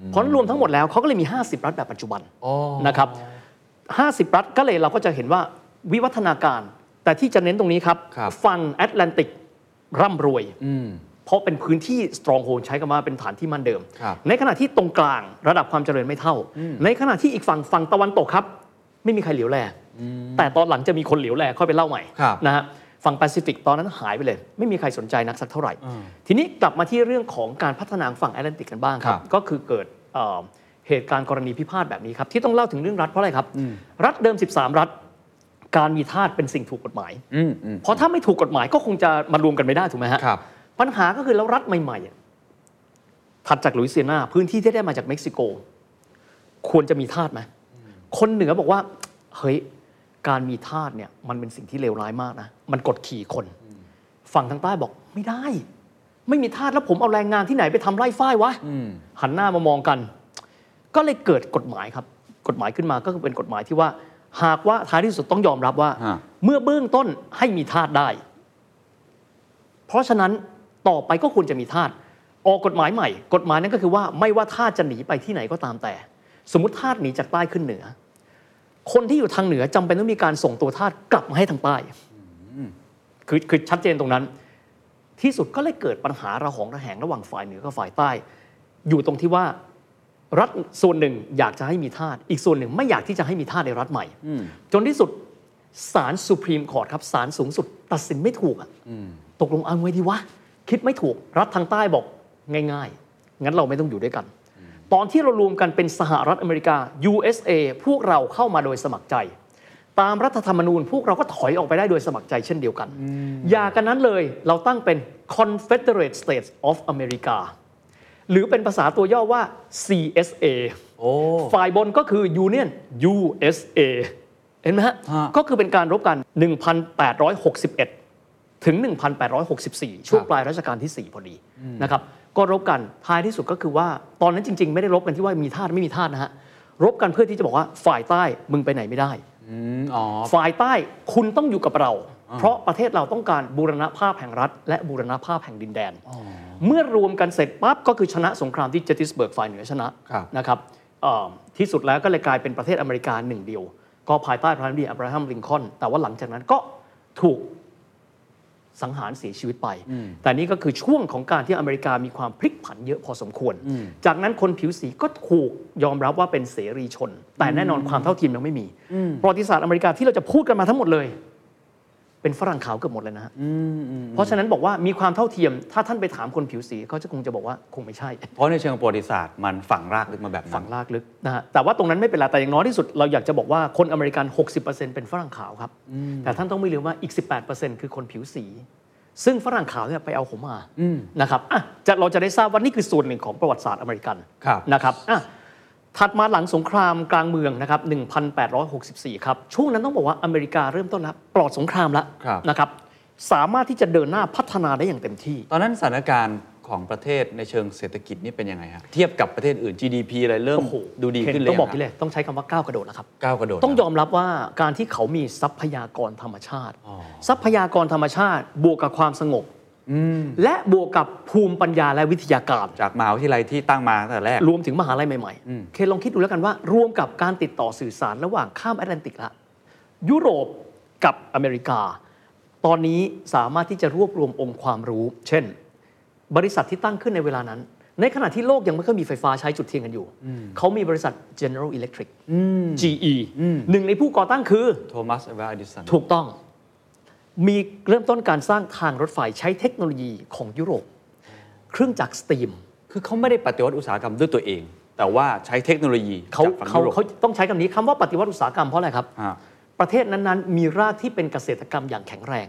เพราะรวมทั้งหมดแล้วเขาก็เลยมี 50 รัฐแบบปัจจุบันนะครับ 50 รัฐก็เลยเราก็จะเห็นว่าวิวัฒนาการ แต่ที่จะเน้นตรงนี้ครับ
ครับ
ฝั่งแอตแลนติกร่ำรวย เพราะเป็นพื้นที่สตรองโฮลใช้คำว่าเป็นฐานที่มั่นเดิม
ครับ
ในขณะที่ตรงกลางระดับความเจริญไม่เท่า ในขณะที่อีกฝั่งฝั่งตะวันตกครับ ไม่มีใครเหลียวแล แต่ตอนหลังจะมีคนเหลียวแลค่อยไปเล่าใหม่
ครับ
นะฮะฝั่งแปซิฟิกตอนนั้นหายไปเลย ไม่มีใครสนใจนักสักเท่าไหร่ ทีนี้กลับมาที่เรื่องของการพัฒนาฝั่งแอตแลนติกกันบ้างครั
ครับ บ
ก็คือเกิดเอ่อเหตุการณ์กรณีพิพาทแบบนี้ครับ ที่ต้องเล่าถึงเรื่องรัฐเพราะอะไรครับ รัฐเดิม 13 รัฐ การมีทาสเป็นสิ่งถูกกฎหมาย
อืมอืม
เพราะถ้าไม่ถูกกฎหมายก็คงจะมารวมกันไม่ได้ถูกไหมฮะ
ครับ
ปัญหาก็คือแล้วรัฐใหม่ๆอะถัดจากหลุยเซียนา พื้นที่ที่ได้มาจากเม็กซิโก ควรจะมีทาสไหมคนเหนือบอกว่า เฮ้ย การมีทาสเนี่ย มันเป็นสิ่งที่เลวร้ายมากนะ มันกดขี่คน ฝั่งทางใต้บอกไม่ได้ ไม่มีทาสแล้วผมเอาแรงงานที่ไหนไปทำไร่ฝ้ายวะ
อืม
หันหน้ามามองกัน ก็เลยเกิดกฎหมายครับ กฎหมายขึ้นมาก็คือเป็นกฎหมายที่ว่า หากว่าท้ายที่สุดต้องยอมรับว่า
ฮะ
เมื่อเบื้องต้นให้มีทาสได้ เพราะฉะนั้นต่อไปก็ควรจะมีทาสออกกฎหมายใหม่ กฎหมายนั้นก็คือว่าไม่ว่าทาสจะหนีไปที่ไหนก็ตามแต่ สมมติทาสหนีจากใต้ขึ้นเหนือ คนที่อยู่ทางเหนือจำเป็นต้องมีการส่งตัวทาสกลับมาให้ทางใต้คือคือชัดเจนตรงนั้น ที่สุดก็เลยเกิดปัญหาระหองระแหงระหว่างฝ่ายเหนือกับฝ่ายใต้ อยู่ตรงที่ว่ารัฐส่วนหนึ่งอยากจะให้มีทาสอีกส่วนหนึ่งไม่อยากที่จะให้มีทาสในรัฐใหม่ จนที่สุดศาลสุพรีมคอร์ตครับศาลสูงสุด ตัดสินไม่ถูกอะตกลงเอาไงดีวะ คิดไม่ถูก รัฐทางใต้บอกง่าย ๆ งั้นเราไม่ต้องอยู่ด้วยกัน ตอนที่เรารวมกันเป็นสหรัฐอเมริกา USA พวกเราเข้ามาโดยสมัครใจ ตามรัฐธรรมนูญ พวกเราก็ถอยออกไปได้โดยสมัครใจเช่นเดียวกัน อย่ากันนั้นเลยเราตั้งเป็น Confederate States of America หรือเป็นภาษาตัวย่อว่า CSA
โอ้
ฝ่ายบนก็คือ Union USA เห็นไหมฮะ
ฮะ
ก็คือเป็นการรบกัน 1,861 ถึง 1,864 ช่วง
ครับ
ปลายรัชกาลที่ 4 พอดีนะครับ ก็รบกันท้ายที่สุดก็คือว่า ตอนนั้นจริง ๆ ไม่ได้รบกันที่ว่ามีทาสไม่มีทาสนะฮะ รบกันเพื่อที่จะบอกว่าฝ่ายใต้มึงไปไหนไม่ได้
อืมอ๋อ
ฝ่ายใต้คุณต้องอยู่กับเรา เพราะประเทศเราต้องการบูรณภาพแห่งรัฐ และบูรณภาพแห่งดินแดน เมื่อรวมกันเสร็จปั๊บก็คือชนะสงครามที่เจติสเบิร์กฝ่ายเหนือชนะครับ นะครับ เอ่อที่สุดแล้วก็เลยกลายเป็นประเทศอเมริกาหนึ่งเดียว ก็ภายใต้ประธานาธิบดีอับราฮัมลิงคอล์นแต่ว่าหลังจากนั้นก็ถูกสังหารเสียชีวิตไป แต่นี่ก็คือช่วงของการที่อเมริกามีความพลิกผันเยอะพอสมควร จากนั้นคนผิวสีก็ถูกยอมรับว่าเป็นเสรีชน แต่แน่นอนความเท่าเทียมยังไม่มีประวัติศาสตร์อเมริกาที่เราจะพูดกันมาทั้งหมดเลย เป็นฝรั่งขาวเกือบหมดเลยนะฮะเพราะฉะนั้นบอกว่ามีความเท่าเทียม ถ้าท่านไปถามคนผิวสีเขาจะคงจะบอกว่าคงไม่ใช่
เพราะในเชิงประวัติศาสตร์มันฝังรากลึกมาแบบ
ฝั
นั้น
งลากลึกนะฮะแต่ว่าตรงนั้นไม่เป็นไรแต่อย่างน้อยที่สุดเราอยากจะบอกว่าคนอเมริกัน 60%เป็นฝรั่งขาวครับ แต่ท่านต้องไม่ลืมว่าอีก 18%คือคนผิวสี ซึ่งฝรั่งขาวเนี่ยไปเอาผมมานะครับอ่ะจะเราจะได้ทราบว่านี่คือส่วนหนึ่งของประวัติศาสตร์อเมริกัน
ครับ
นะครับอ่ะถัดมาหลังสงครามกลางเมืองนะครับ 1864 ครับ ช่วงนั้นต้องบอกว่าอเมริกาเริ่มต้นแล้วปลอดสงครามแล้ว
ครับ
นะครับ สามารถที่จะเดินหน้าพัฒนาได้อย่างเต็มที่
ตอนนั้นสถานการณ์ของประเทศในเชิงเศรษฐกิจนี่เป็นยังไงฮะเทียบกับประเทศอื่น GDP อะไรเริ่ม
โอ้โห
ดูดีขึ้นเลย
ต้องบอก
ะ
ที่เลย ต้องใช้คำว่าก้าวกระโดดแล้วครับ
ก้าวกระโดด
ต้องย
นะ
อมรับว่าการที่เขามีทรัพยากรธรรมชาติ
อ๋อ
ทรัพยากรธรรมชาติ บวกกับความสงบ และบวกกับภูมิปัญญาและวิทยาการ
จากมหาวิทยาลัยที่ตั้งมาตั้งแต่แรก
รวมถึงมหาลัยใหม่ ๆ เคลองคิดดูแล้วกันว่า รวมกับการติดต่อสื่อสารระหว่างข้ามแอตแลนติกละยุโรปกับอเมริกา ตอนนี้สามารถที่จะรวบรวมองค์ความรู้ เช่น บริษัทที่ตั้งขึ้นในเวลานั้น ในขณะที่โลกยังไม่ค่อยมีไฟฟ้าใช้จุดเทียนกันอยู่ เขามีบริษัท General Electric GE หนึ่งในผู้ก่อตั้งคือ
โทมัสเอวาอดิสัน
ถูกต้อง มีเริ่มต้นการสร้างทางรถไฟใช้เทคโนโลยีของยุโรป เครื่องจักรสตีม
คือเขาไม่ได้ปฏิวัติอุตสาหกรรมด้วยตัวเอง แต่ว่าใช้เทคโนโลยี
เขา
จากฝั่ง
เขา
ยุโรป
เขาต้องใช้คำนี้คำว่าปฏิวัติอุตสาหกรรมเพราะอะไรครับ
อ่า
ประเทศนั้นๆ มีรากที่เป็นเกษตรกรรมอย่างแข็งแรง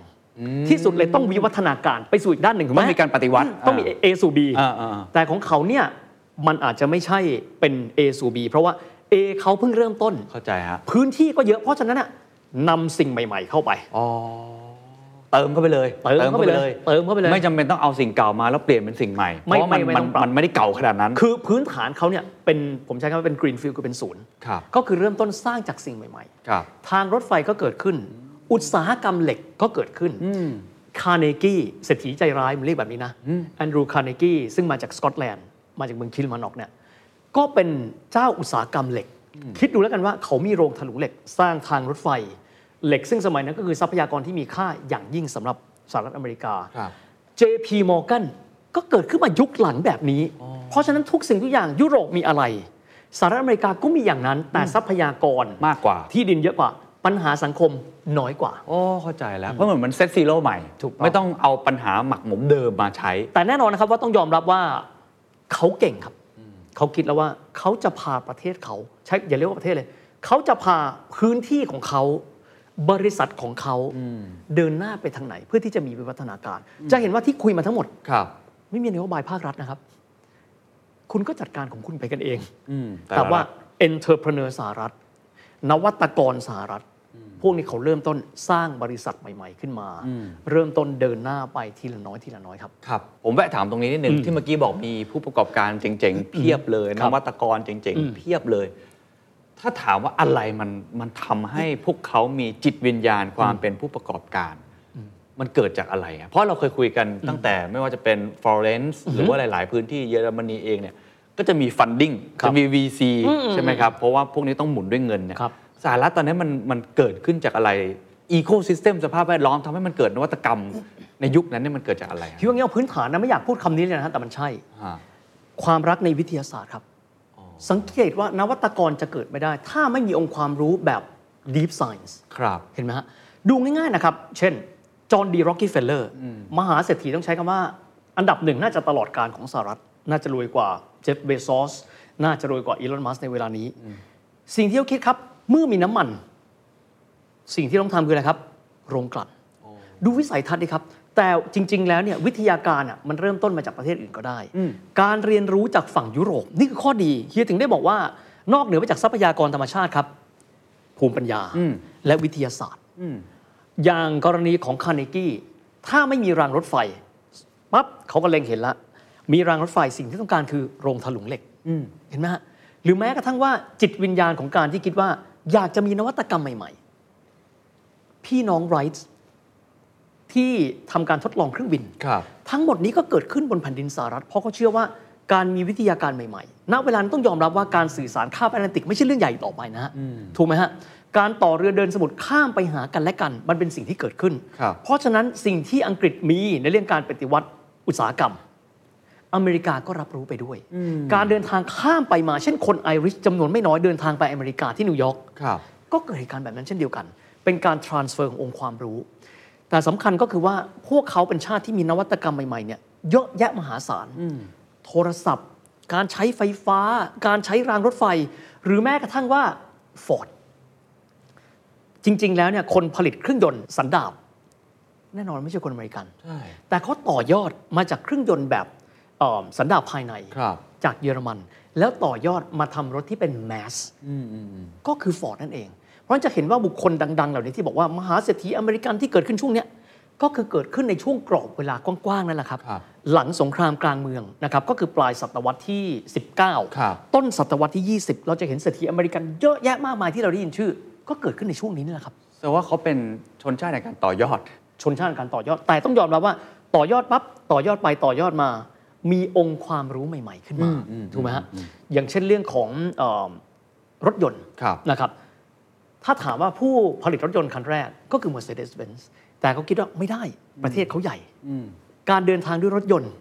ที่สุดเลยต้องวิวัฒนาการไปสู่อีกด้านหนึ่งถูไห
ต้องมีการปฏิวัติ
อืมต้องมี A สู่ B
อ่าอ่าอ่า
แต่ของเขาเนี่ยมันอาจจะไม่ใช่เป็น A สู่ B เพราะว่า A เขาเพิ่งเริ่มต้น
เข้าใจฮะ
พื้นที่ก็เยอะเพราะฉะนั้นน่ะนำสิ่งใหม่ ๆ เข้าไป
อ๋อเติมเข้าไปเลย
เติมเข้าไปเลยเติมเข้าไปเลย
ไม่จำเป็นต้องเอาสิ่งเก่ามาแล้วเปลี่ยนเป็นสิ่งใหม่เพ
ไม่
ราะว่ามัน
ไม่ไม่
มัน
ต้องปรับ
มันไม่ได้เก่าขนาดนั้น
คือพื้นฐานเขาเนี่ยเป็นผมใช้คำว่าเป็นกรีนฟิลคือเป็นศูนย์
ครับ
ก็คือเริ่มต้นสร้างจากสิ่งใหม่ ๆ
ครับ
ทางรถไฟก็เกิดขึ้น อุตสาหกรรมเหล็กก็เกิดขึ้น คาร์เนกี้เศรษฐีใจร้ายมันเรียกแบบนี้นะ แอนดรูคาร์เนกี้ซึ่งมาจากสกอตแลนด์ มาจากเมืองคิลมานอกเนี่ย ก็เป็นเจ้าอุตสาหกรรมเหล็ก คิดดูแล้วกันว่าเขามีโรงถลุงเหล็ก สร้างทางรถไฟ เหล็กซึ่งสมัยนั้นก็คือทรัพยากรที่มีค่าอย่างยิ่งสำหรับสหรัฐอเมริกา
ครับ
JP Morgan ก็เกิดขึ้นมายุคหลังแบบนี้ เพราะฉะนั้นทุกสิ่งทุกอย่างยุโรปมีอะไรสหรัฐอเมริกาก็มีอย่างนั้น แต่ทรัพยากร
มากกว่า
ที่ดินเยอะกว่าปัญหาสังคมน้อยกว่า
โอ้เข้าใจแล้ว เพราะเหมือนมันเซตซีโร่ใหม่
ถูกต้อง
ไม่ต้องเอาปัญหาหมักหมมเดิมมาใช้
แต่แน่นอนนะครับว่าต้องยอมรับว่าเขาเก่งครับเขาคิดแล้วว่าเขาจะพาประเทศเขาใช้อย่าเรียกว่าประเทศเลยเขาจะพาพื้นที่ของเขาบริษัทของเขาเดินหน้าไปทางไหน เพื่อที่จะมีวิวัฒนาการ จะเห็นว่าที่คุยมาทั้งหมด
ครับ
ไม่มีนโยบายภาครัฐนะครับ คุณก็จัดการของคุณไปกันเอง
อืม
แต่
ละ
ว่า entrepreneur สหรัฐ นวัตกรสหรัฐ พวกนี้เขาเริ่มต้นสร้างบริษัทใหม่ ๆ ขึ้นมา เริ่มต้นเดินหน้าไปทีละน้อยทีละน้อยครับ
ครับ ผมแวะถามตรงนี้นิดนึง ที่เมื่อกี้บอกมีผู้ประกอบการเจ๋งๆ เพียบเลย
คน รับ
วัตกรเจ๋ง
อืม
ๆ เพียบเลย ถ้าถามว่าอะไรมันมันทำให้พวกเขามีจิตวิญญาณความเป็นผู้ประกอบการ มันเกิดจากอะไรอะเพราะเราเคยคุยกันตั้งแต่ไม่ว่าจะเป็นฟลอเรนซ์หรือว่าหลาย ๆ พื้นที่เยอรมนีเองเนี่ยก็จะมีฟันดิ้ง
ครับ
จะมี VC ใช่ไหมครับ เพราะว่าพวกนี้ต้องหมุนด้วยเงินเนี่ย
ครับ
สหรัฐตอนนี้มันมันเกิดขึ้นจากอะไรอีโคซิสเต็มสภาพแวดล้อมทำให้มันเกิดนวัตกรรมในยุคนั้นเนี่ยมันเกิดจากอะไรอะ
คิดว่าเงี้ยเอาพื้นฐานนะไม่อยากพูดคำนี้เลยนะฮะแต่มันใช่
อ่า
ความรักในวิทยาศาสตร์ครับ สังเกตว่านวัตกรจะเกิดไม่ได้ ถ้าไม่มีองค์ความรู้แบบ deep science
ครับ
เห็นไหมฮะ ดูง่ายๆนะครับ เช่น จอห์นดีร็อกกี้เฟลเลอร์ มหาเศรษฐีต้องใช้คำว่า อันดับหนึ่งน่าจะตลอดการของสหรัฐ น่าจะรวยกว่าเจฟเบซอส น่าจะรวยกว่าอีลอนมัสในเวลานี้ สิ่งที่เขาคิดครับ เมื่อมีน้ำมัน สิ่งที่ต้องทำคืออะไรครับ โรงกลั่น ดูวิสัยทัศน์ดิครับ แต่จริง ๆ แล้วเนี่ยวิทยาการอ่ะมันเริ่มต้นมาจากประเทศอื่นก็ได้ การเรียนรู้จากฝั่งยุโรป นี่คือข้อดีเฮียถึงได้บอกว่านอกเหนือไปจากทรัพยากรธรรมชาติครับ ภูมิปัญญา
อืม
และวิทยาศาสตร์ อย่างกรณีของคาร์เนกี้ ถ้าไม่มีรางรถไฟปั๊บเขาก็เล็งเห็นละ มีรางรถไฟสิ่งที่ต้องการคือโรงถลุงเหล็กเห็นไหมฮะหรือแม้กระทั่งว่าจิตวิญญาณของการที่คิดว่า อยากจะมีนวัตกรรมใหม่ ๆ พี่น้องไรท์ที่ทำการทดลองเครื่องบิน
ครับ
ทั้งหมดนี้ก็เกิดขึ้นบนแผ่นดินสหรัฐ เพราะเขาเชื่อว่า การมีวิทยาการใหม่ๆ ณ เวลานั้นต้องยอมรับว่าการสื่อสารข้ามแอตแลนติกไม่ใช่เรื่องใหญ่ต่อไปนะฮะ ถูกไหมฮะ การต่อเรือเดินสมุทรข้ามไปหากันและกัน มันเป็นสิ่งที่เกิดขึ้น
ครับ
เพราะฉะนั้นสิ่งที่อังกฤษมีในเรื่องการปฏิวัติอุตสาหกรรม อเมริกาก็รับรู้ไปด้วย การเดินทางข้ามไปมา เช่นคนไอริชจำนวนไม่น้อยเดินทางไปอเมริกาที่นิวยอร์ก
ครับ
ก็เกิดเหตุการณ์แบบนั้นเช่นเดียวกัน เป็นการ transfer ขององค์ความรู้ แต่สำคัญก็คือว่าพวกเขาเป็นชาติที่มีนวัตกรรมใหม่ๆเนี่ยเยอะแยะมหาศาล โทรศัพท์ การใช้ไฟฟ้า การใช้รางรถไฟ หรือแม้กระทั่งว่า Ford จริง ๆ แล้วเนี่ยคนผลิตเครื่องยนต์สันดาบ แน่นอนไม่ใช่คนอเมริกัน
ใช่
แต่เขาต่อยอดมาจากเครื่องยนต์แบบเอ่อสันดาปภายใน
ครับ
จากเยอรมัน แล้วต่อยอดมาทำรถที่เป็นแมส ก็คือฟอร์ดนั่นเอง เพราะฉะนั้นจะเห็นว่าบุคคลดัง ๆ เหล่านี้ที่บอกว่ามหาเศรษฐีอเมริกันที่เกิดขึ้นช่วงเนี้ยก็คือเกิดขึ้นในช่วงกรอบเวลากว้าง ๆ นั่นแหละครับ
ครับ
หลังสงครามกลางเมืองนะครับก็คือปลายศตวรรษที่ 19
ครับ
ต้นศตวรรษที่ 20 เราจะเห็นเศรษฐีอเมริกันเยอะแยะมากมายที่เราได้ยินชื่อ ก็เกิดขึ้นในช่วงนี้นี่แหละครับ
แสดงว่าเขาเป็นชนชาติในการต่อยอด
ชนชาติการต่อยอด แต่ต้องยอมรับว่าต่อยอดปั๊บต่อยอดไปต่อยอดมา มีองค์ความรู้ใหม่ ๆ ขึ้นมา
อืมอืม
ถูกไหมฮะอย่างเช่นเรื่องของเออรถยนต์
ครับ
นะครับ ถ้าถามว่าผู้ผลิตรถยนต์คันแรกก็คือ Mercedes-Benz แต่เขาคิดว่าไม่ได้ประเทศเขาใหญ่ การเดินทางด้วยรถยนต์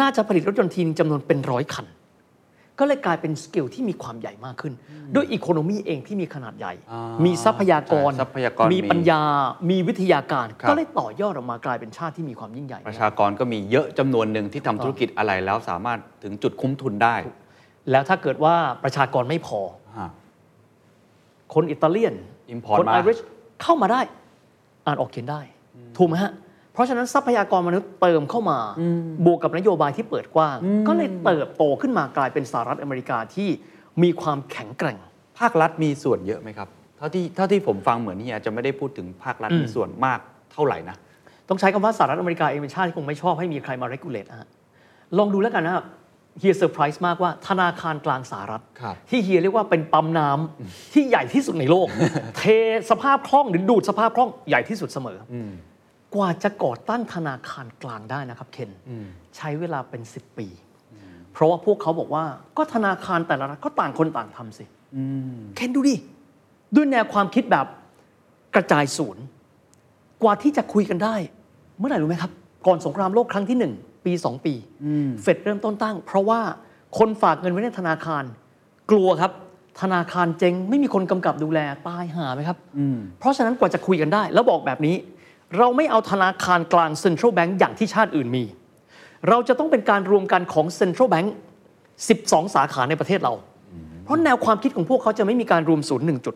น่าจะผลิตรถยนต์ทีนงจำนวนเป็นร้อยคัน ก็เลยกลายเป็นสเกิลที่มีความใหญ่มากขึ้น ด้วยอีโคโนมีเองที่มีขนาดใหญ่
อ่า
มีทรัพยากร
ใช่ทรัพยากร
มี
มี
ปัญญา มีวิทยาการ
ครับ
ก็เลยต่อยอดออกมากลายเป็นชาติที่มีความยิ่งใหญ่
ประชากรก็มีเยอะจำนวนหนึ่งที่ทำธุรกิจอะไรแล้วสามารถถึงจุดคุ้มทุนได้
แล้วถ้าเกิดว่าประชากรไม่พอ คนอิตาเลียน
Import
คน
มา
ไอริชเข้ามาได้ อ่านออกเขียนได้ ถูกไหมฮะ เพราะฉะนั้นทรัพยากรมนุษย์เติมเข้ามา บวกกับนโยบายที่เปิดกว้าง ก็เลยเติบโตขึ้นมากลายเป็นสหรัฐอเมริกาที่มีความแข็งแกร่ง
ภาครัฐมีส่วนเยอะไหมครับ เท่าที่เท่าที่ผมฟังเหมือนเฮียจะไม่ได้พูดถึงภาครัฐมีส่วนมากเท่าไหร่นะ
ต้องใช้คำว่าสหรัฐอเมริกาเองเป็นชาติที่คงไม่ชอบให้มีใครมา regulate นะฮะ ลองดูแล้วกันนะครับเฮียเซอร์ไพรส์มากว่าธนาคารกลางสหรัฐ
ครับ
ที่เฮียเรียกว่าเป็นปั๊มน้ำ ที่ใหญ่ที่สุดในโลก เทสภาพคล่องหรือดูดสภาพคล่องใหญ่ที่สุดเสมออกว่าจะก่อตั้งธนาคารกลางได้นะครับเคนใช้เวลาเป็น 10 ปี เพราะว่าพวกเขาบอกว่าก็ธนาคารแต่ละรัฐก็ต่างคนต่างทำสิเคนดูดิด้วยแนวความคิดแบบกระจายศูนย์ กว่าที่จะคุยกันได้ เมื่อไหร่รู้ไหมครับ ก่อนสงครามโลกครั้งที่ 1 ปี 2 ปีเฟดเริ่มต้นตั้ง เพราะว่าคนฝากเงินไว้ในธนาคาร กลัวครับ ธนาคารเจ๊งไม่มีคนกำกับดูแลตายหาไหมครับ เพราะฉะนั้นกว่าจะคุยกันได้ แล้วบอกแบบนี้ เราไม่เอาธนาคารกลางเซ็นทรัลแบงก์อย่างที่ชาติอื่นมี เราจะต้องเป็นการรวมกันของเซ็นทรัลแบงก์12 สาขาในประเทศเรา เพราะแนวความคิดของพวกเขาจะไม่มีการรวมศูนย์หนึ่งจุด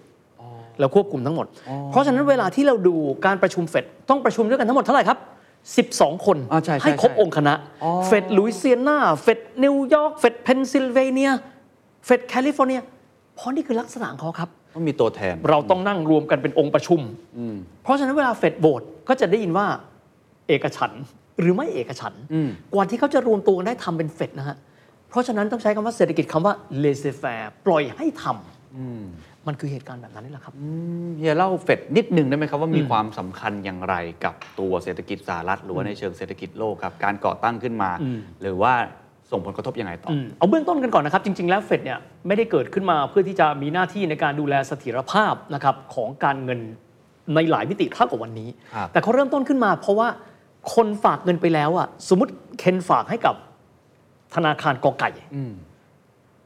เราควบคุมทั้งหมด เพราะฉะนั้นเวลาที่เราดูการประชุมเฟดต้องประชุมด้วยกันทั้งหมดเท่าไหร่ครับ 12 คน
อ่าใช่ใช่
ครบ
ใช่
องค์คณะ
อ๋อ
เฟดลุยเซียนาเฟดนิวยอร์กเฟดเพนซิลเวเนีย เฟดแคลิฟอร์เนีย เพราะนี่คือลักษณะของเขาครับ
ต้องมีตัวแทน
เราต้องนั่งรวมกันเป็นองค์ประชุม เพราะฉะนั้นเวลาเฟดโบสก็จะได้ยินว่าเอกฉันท์หรือไม่เอกฉันท์กว่าที่เขาจะรวมตัวกันได้ทำเป็นเฟดนะฮะ เพราะฉะนั้นต้องใช้คำว่าเศรษฐกิจคำว่าเลเซแฟร์ปล่อยให้ทำมันคือเหตุการณ์แบบนั้นนี่แหละครับ
เฮียเล่าเฟดนิดหนึ่งได้ไหมครับ ว่ามีความสำคัญอย่างไรกับตัวเศรษฐกิจสหรัฐหรือว่าในเชิงเศรษฐกิจโลกครับ การก่อตั้งขึ้นมา หรือว่าส่งผลกระทบยังไงต่ออ
มเอาเบื้องต้นกันก่อนนะครับ จริง ๆ แล้วเฟดเนี่ยไม่ได้เกิดขึ้นมาเพื่อที่จะมีหน้าที่ในการดูแลเสถียรภาพนะครับของการเงินในหลายมิติเท่ากับวันนี้
ครับ
แต่เขาเริ่มต้นขึ้นมาเพราะว่าคนฝากเงินไปแล้วอะสมมติเคนฝากให้กับธนาคารกอไก่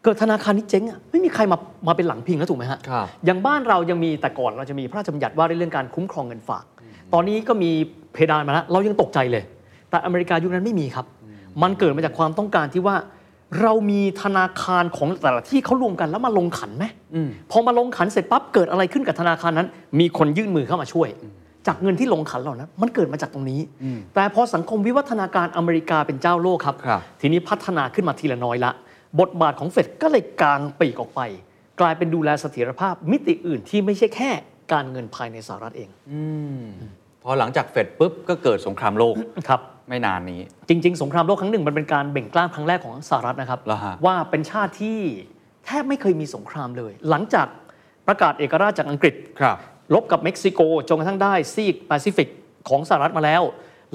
เกิดธนาคารนี้เจ๊งอะไม่มีใครมามาเป็นหลังพิงแล้วถูกไหมฮะ
ครับ
อย่างบ้านเรายังมีแต่ก่อนเราจะมีพระราชบัญญัติว่าด้วยเรื่องการคุ้มครองเงินฝาก ตอนนี้ก็มีเพดานมาแล้วเรายังตกใจเลย แต่อเมริกายุคนั้นไม่มีครับ มันเกิดมาจากความต้องการที่ว่า เรามีธนาคารของแต่ละที่เขารวมกันแล้วมาลงขันไหมพอมาลงขันเสร็จปั๊บเกิดอะไรขึ้นกับธนาคารนั้น มีคนยื่นมือเข้ามาช่วย จากเงินที่ลงขันเหล่านั้นมันเกิดมาจากตรงนี้ แต่พอสังคมวิวัฒนาการอเมริกาเป็นเจ้าโลกครับ
ครับ
ทีนี้พัฒนาขึ้นมาทีละน้อยละ บทบาทของเฟดก็เลยกางปีกออกไป กลายเป็นดูแลเสถียรภาพมิติอื่นที่ไม่ใช่แค่การเงินภายในสหรัฐเอง
พอหลังจากเฟดปุ๊บก็เกิดสงครามโลก
ครับ
ไม่นานนี้
จริง ๆ สงครามโลกครั้งหนึ่งมันเป็นการเบ่งกล้ามครั้งแรกของสหรัฐนะครับ
เหรอฮะ
ว่าเป็นชาติที่แทบไม่เคยมีสงครามเลย หลังจากประกาศเอกราชจากอังกฤษ
ครับ
ลบกับเม็กซิโกจนกระทั่งได้ซีกแปซิฟิกของสหรัฐมาแล้ว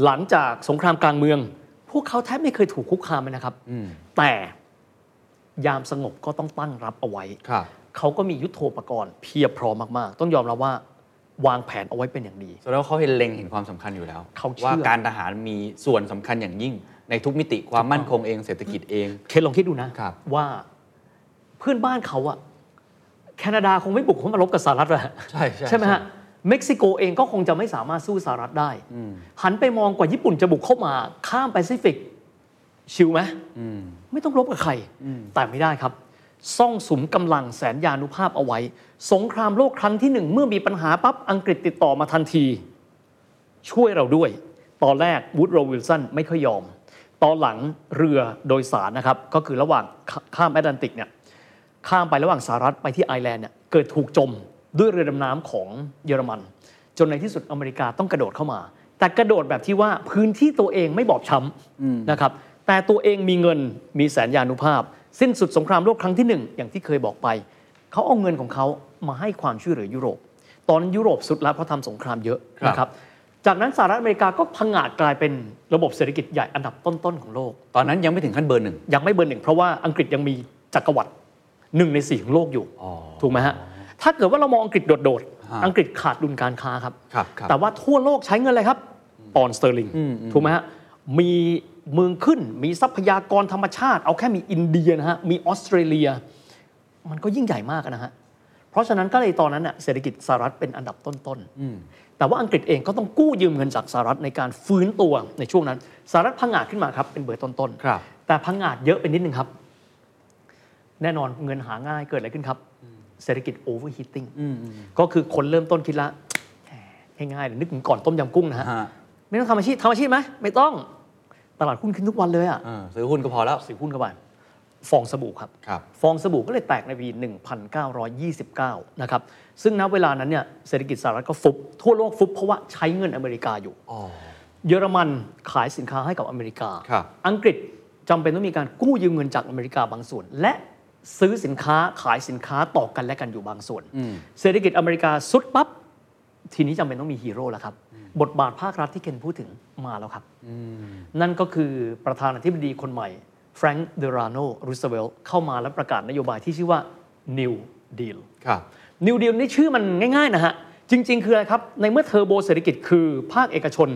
หลังจากสงครามกลางเมือง พ พวกเขาแทบไม่เคยถูกคุกคามเลยนะครับ
อืม
แต่ยามสงบก็ต้องตั้งรับเอาไว้
ครับ
เขาก็มียุทโธปกรณ์เพียบพร้อมมาก ๆ ต้องยอมรับว่าวางแผนเอาไว้เป็นอย่างดี
แสดงว่าเขาเห็นเล็งเห็นความสำคัญอยู่แล้ว
เขาเชื่อ
ว่าการทหารมีส่วนสำคัญอย่างยิ่ง ในทุกมิติความมั่นคงเองเศรษฐกิจเอง
เคนลองคิดดูนะครับ ว่าเพื่อนบ้านเขาอะแคนาดาคงไม่บุกเข้ามารบกับสหรัฐหรอก
ใช่ใช่
ใช่ไหมฮะเม็กซิโกเองก็คงจะไม่สามารถสู้สหรัฐได้ หันไปมองกว่าญี่ปุ่นจะบุกเข้ามาข้ามแปซิฟิก ชิวไหม
อืม
ไม่ต้องรบกับใคร แต่ไม่ได้ครับ ซ่องสุมกำลังแสนยานุภาพเอาไว้ สงครามโลกครั้งที่หนึ่งเมื่อมีปัญหาปั๊บ อังกฤษติดต่อมาทันที ช่วยเราด้วย ตอนแรกวูดโรวิลสันไม่ค่อยยอม ตอนหลังเรือโดยสารนะครับ ก็คือระหว่างขข้ามแอตแลนติกเนี่ย ข้ามไประหว่างสหรัฐไปที่ไอร์แลนด์เนี่ยเกิดถูกจมด้วยเรือดำน้ำของเยอรมัน จนในที่สุดอเมริกาต้องกระโดดเข้ามา แต่กระโดดแบบที่ว่าพื้นที่ตัวเองไม่บอบช้ำนะครับแต่ตัวเองมีเงินมีแสนยานุภาพ สิ้นสุดสงครามโลกครั้งที่หนึ่งอย่างที่เคยบอกไป เขาเอาเงินของเขามาให้ความช่วยเหลือยุโรป ตอนนั้นยุโรปสุดแล้วเพราะทำสงครามเยอะ
ครับ
นะครับจากนั้นสหรัฐอเมริกาก็พังอาจกลายเป็นระบบเศรษฐกิจใหญ่อันดับต้นๆของโลก
ตอนนั้นยังไม่ถึงขั้นเบอร์หนึ่ง
ยังไม่เบอร์หนึ่งเพราะว่าอังกฤษยังมีจักรวรรดิหนึ่งในสี่ของโลกอยู่
อ๋อ
ถูกไหมฮะ ถ้าเกิดว่าเรามองอังกฤษโดด
ฮะ
ๆ อังกฤษขาดดุลการค้าครับ
ครับครับ
แต่ว่าทั่วโลกใช้เงินอะไรครับ ปอนด์สเตอร์ลิง
อืมอืม
ถูกไหมฮะ มีเมืองขึ้น มีทรัพยากรธรรมชาติ เอาแค่มีอินเดียนะฮะ มีออสเตรเลีย มันก็ยิ่งใหญ่มากนะฮะ เพราะฉะนั้นก็เลยตอนนั้นน่ะเศรษฐกิจสหรัฐเป็นอันดับต้นๆ
อืม
แต่ว่าอังกฤษเองก็ต้องกู้ยืมเงินจากสหรัฐในการฟื้นตัวในช่วงนั้นสหรัฐพังอาจขึ้นมาครับเป็นเบอร์ต้นๆ
ครับ
แต่พังอาจเยอะไปนิดนึงครับ แน่นอนเงินหาง่ายเกิดอะไรขึ้นครับ เศรษฐกิจโอเวอร์ฮีตติ้ง
อืมอืม
ก็คือคนเริ่มต้นคิดละแหมง่ายๆเลยนึกถึงก่อนต้มยำกุ้งนะฮะ
ฮะ
ไม่ต้องทำอาชีพทำอาชีพไหมไม่ต้องตลาดหุ้นขึ้นทุกวันเลยอะ
เออซื้อหุ้นก็พอแล้ว
ซื้อหุ้นเข้าไปฟองสบู่ครับ
ครับ
ฟองสบู่ก็เลยแตกในปี 1929 นะครับ ซึ่งณเวลานั้นเนี่ยเศรษฐกิจสหรัฐก็ฟุบ ทั่วโลกฟุบเพราะว่าใช้เงินอเมริกาอยู่
อ๋อ
เยอรมันขายสินค้าให้กับอเมริกา
ครับ
อังกฤษจำเป็นต้องมีการกู้ยืมเงินจากอเมริกาบางส่วน และซื้อสินค้าขายสินค้าต่อกันและกันอยู่บางส่วน
อืม
เศรษฐกิจอเมริกาสุดปั๊บ ทีนี้จำเป็นต้องมีฮีโร่แล้วครับ บทบาทภาครัฐที่เคนพูดถึงมาแล้วครับ นั่นก็คือประธานาธิบดีคนใหม่แฟรงค์เด a n โนรูสเวลเข้ามาและประกาศนโยบายที่ชื่อว่า New Deal
ครับ
New Deal นี่ชื่อมันง่าย ๆ นะฮะ จริง ๆ คืออะไรครับ ในเมื่อเทอร์โบเศรษฐกิจคือภาคเอกชน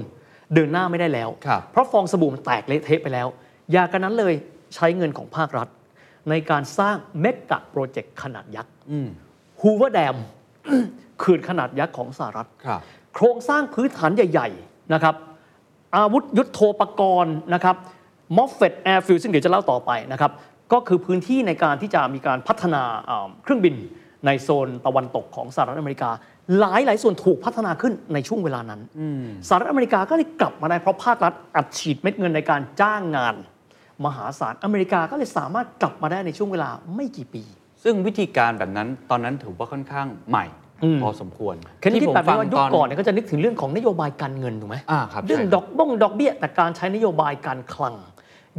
เดินหน้าไม่ได้แล้ว
ครับ
เพราะฟองสบู่มันแตกเละเทะไปแล้ว อยากันนั้นเลยใช้เงินของภาครัฐ ในการสร้างเมกะโปรเจกต์ขนาดยักษ์
อืม
ฮูเวอร์แดม เขื่อนขนาดยักษ์ของสหรัฐ
ครับ
โครงสร้างพื้นฐานใหญ่ ๆ นะครับ อาวุธยุทโธปกรณ์นะครับมอฟเฟตแอร์ฟิลซึ่งเดี๋ยวจะเล่าต่อไปนะครับ ก็คือพื้นที่ในการที่จะมีการพัฒนาอ่าเครื่องบินในโซนตะวันตกของสหรัฐอเมริกา หลายหลายๆส่วนถูกพัฒนาขึ้นในช่วงเวลานั้นสหรัฐอเมริกาก็เลยกลับมาได้เพราะภาครัฐอัดฉีดเม็ดเงินในการจ้างงาน มหาศาลอเมริกาก็เลยสามารถกลับมาได้ในช่วงเวลาไม่กี่ปี
ซึ่งวิธีการแบบนั้นตอนนั้นถือว่าค่อนข้างใหม่
อืม
พอสมควร
แค่นี้ที่แบบว่ายุคก่อน
ต
เนี่ยก็จะนึกถึงเรื่องของนโยบายการเงินถูกไหม
อ่าครับ
เรื่อง
ใช่ครับ
ดอกบ้งดอกเบี้ย แต่การใช้นโยบายการคลัง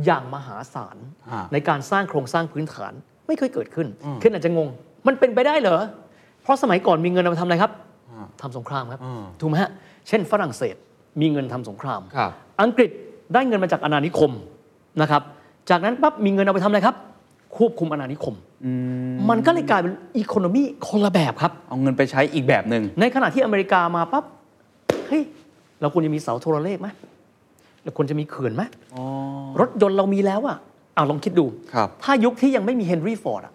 อย่างมหาศาล
อ่า
ในการสร้างโครงสร้างพื้นฐานไม่เคยเกิดขึ้นเคนอาจจะงง มันเป็นไปได้เหรอ เพราะสมัยก่อนมีเงินเอาไปทำอะไรครับ
อ่า
ทำสงครามครับ
อ่า
ถูกไหมฮะเช่นฝรั่งเศสมีเงินทำสงคราม
ครับ
อังกฤษได้เงินมาจากอาณานิคมนะครับ จากนั้นปั๊บมีเงินเอาไปทำอะไรครับ ควบคุมอาณานิคม
อืม
มันก็เลยกลายเป็นอีโคโนมีคนละแบบครับ
เอาเงินไปใช้อีกแบบหนึ่ง
ในขณะที่อเมริกามาปั๊บ เฮ้ย เราควรจะมีเสาโทรเลขไหมเราควรจะมีเขื่อนไหม
อ๋อ
รถยนต์เรามีแล้วอะอ่าลองคิดดู
ครับ
ถ้ายุคที่ยังไม่มีเฮนรี่ฟอร์ดอะ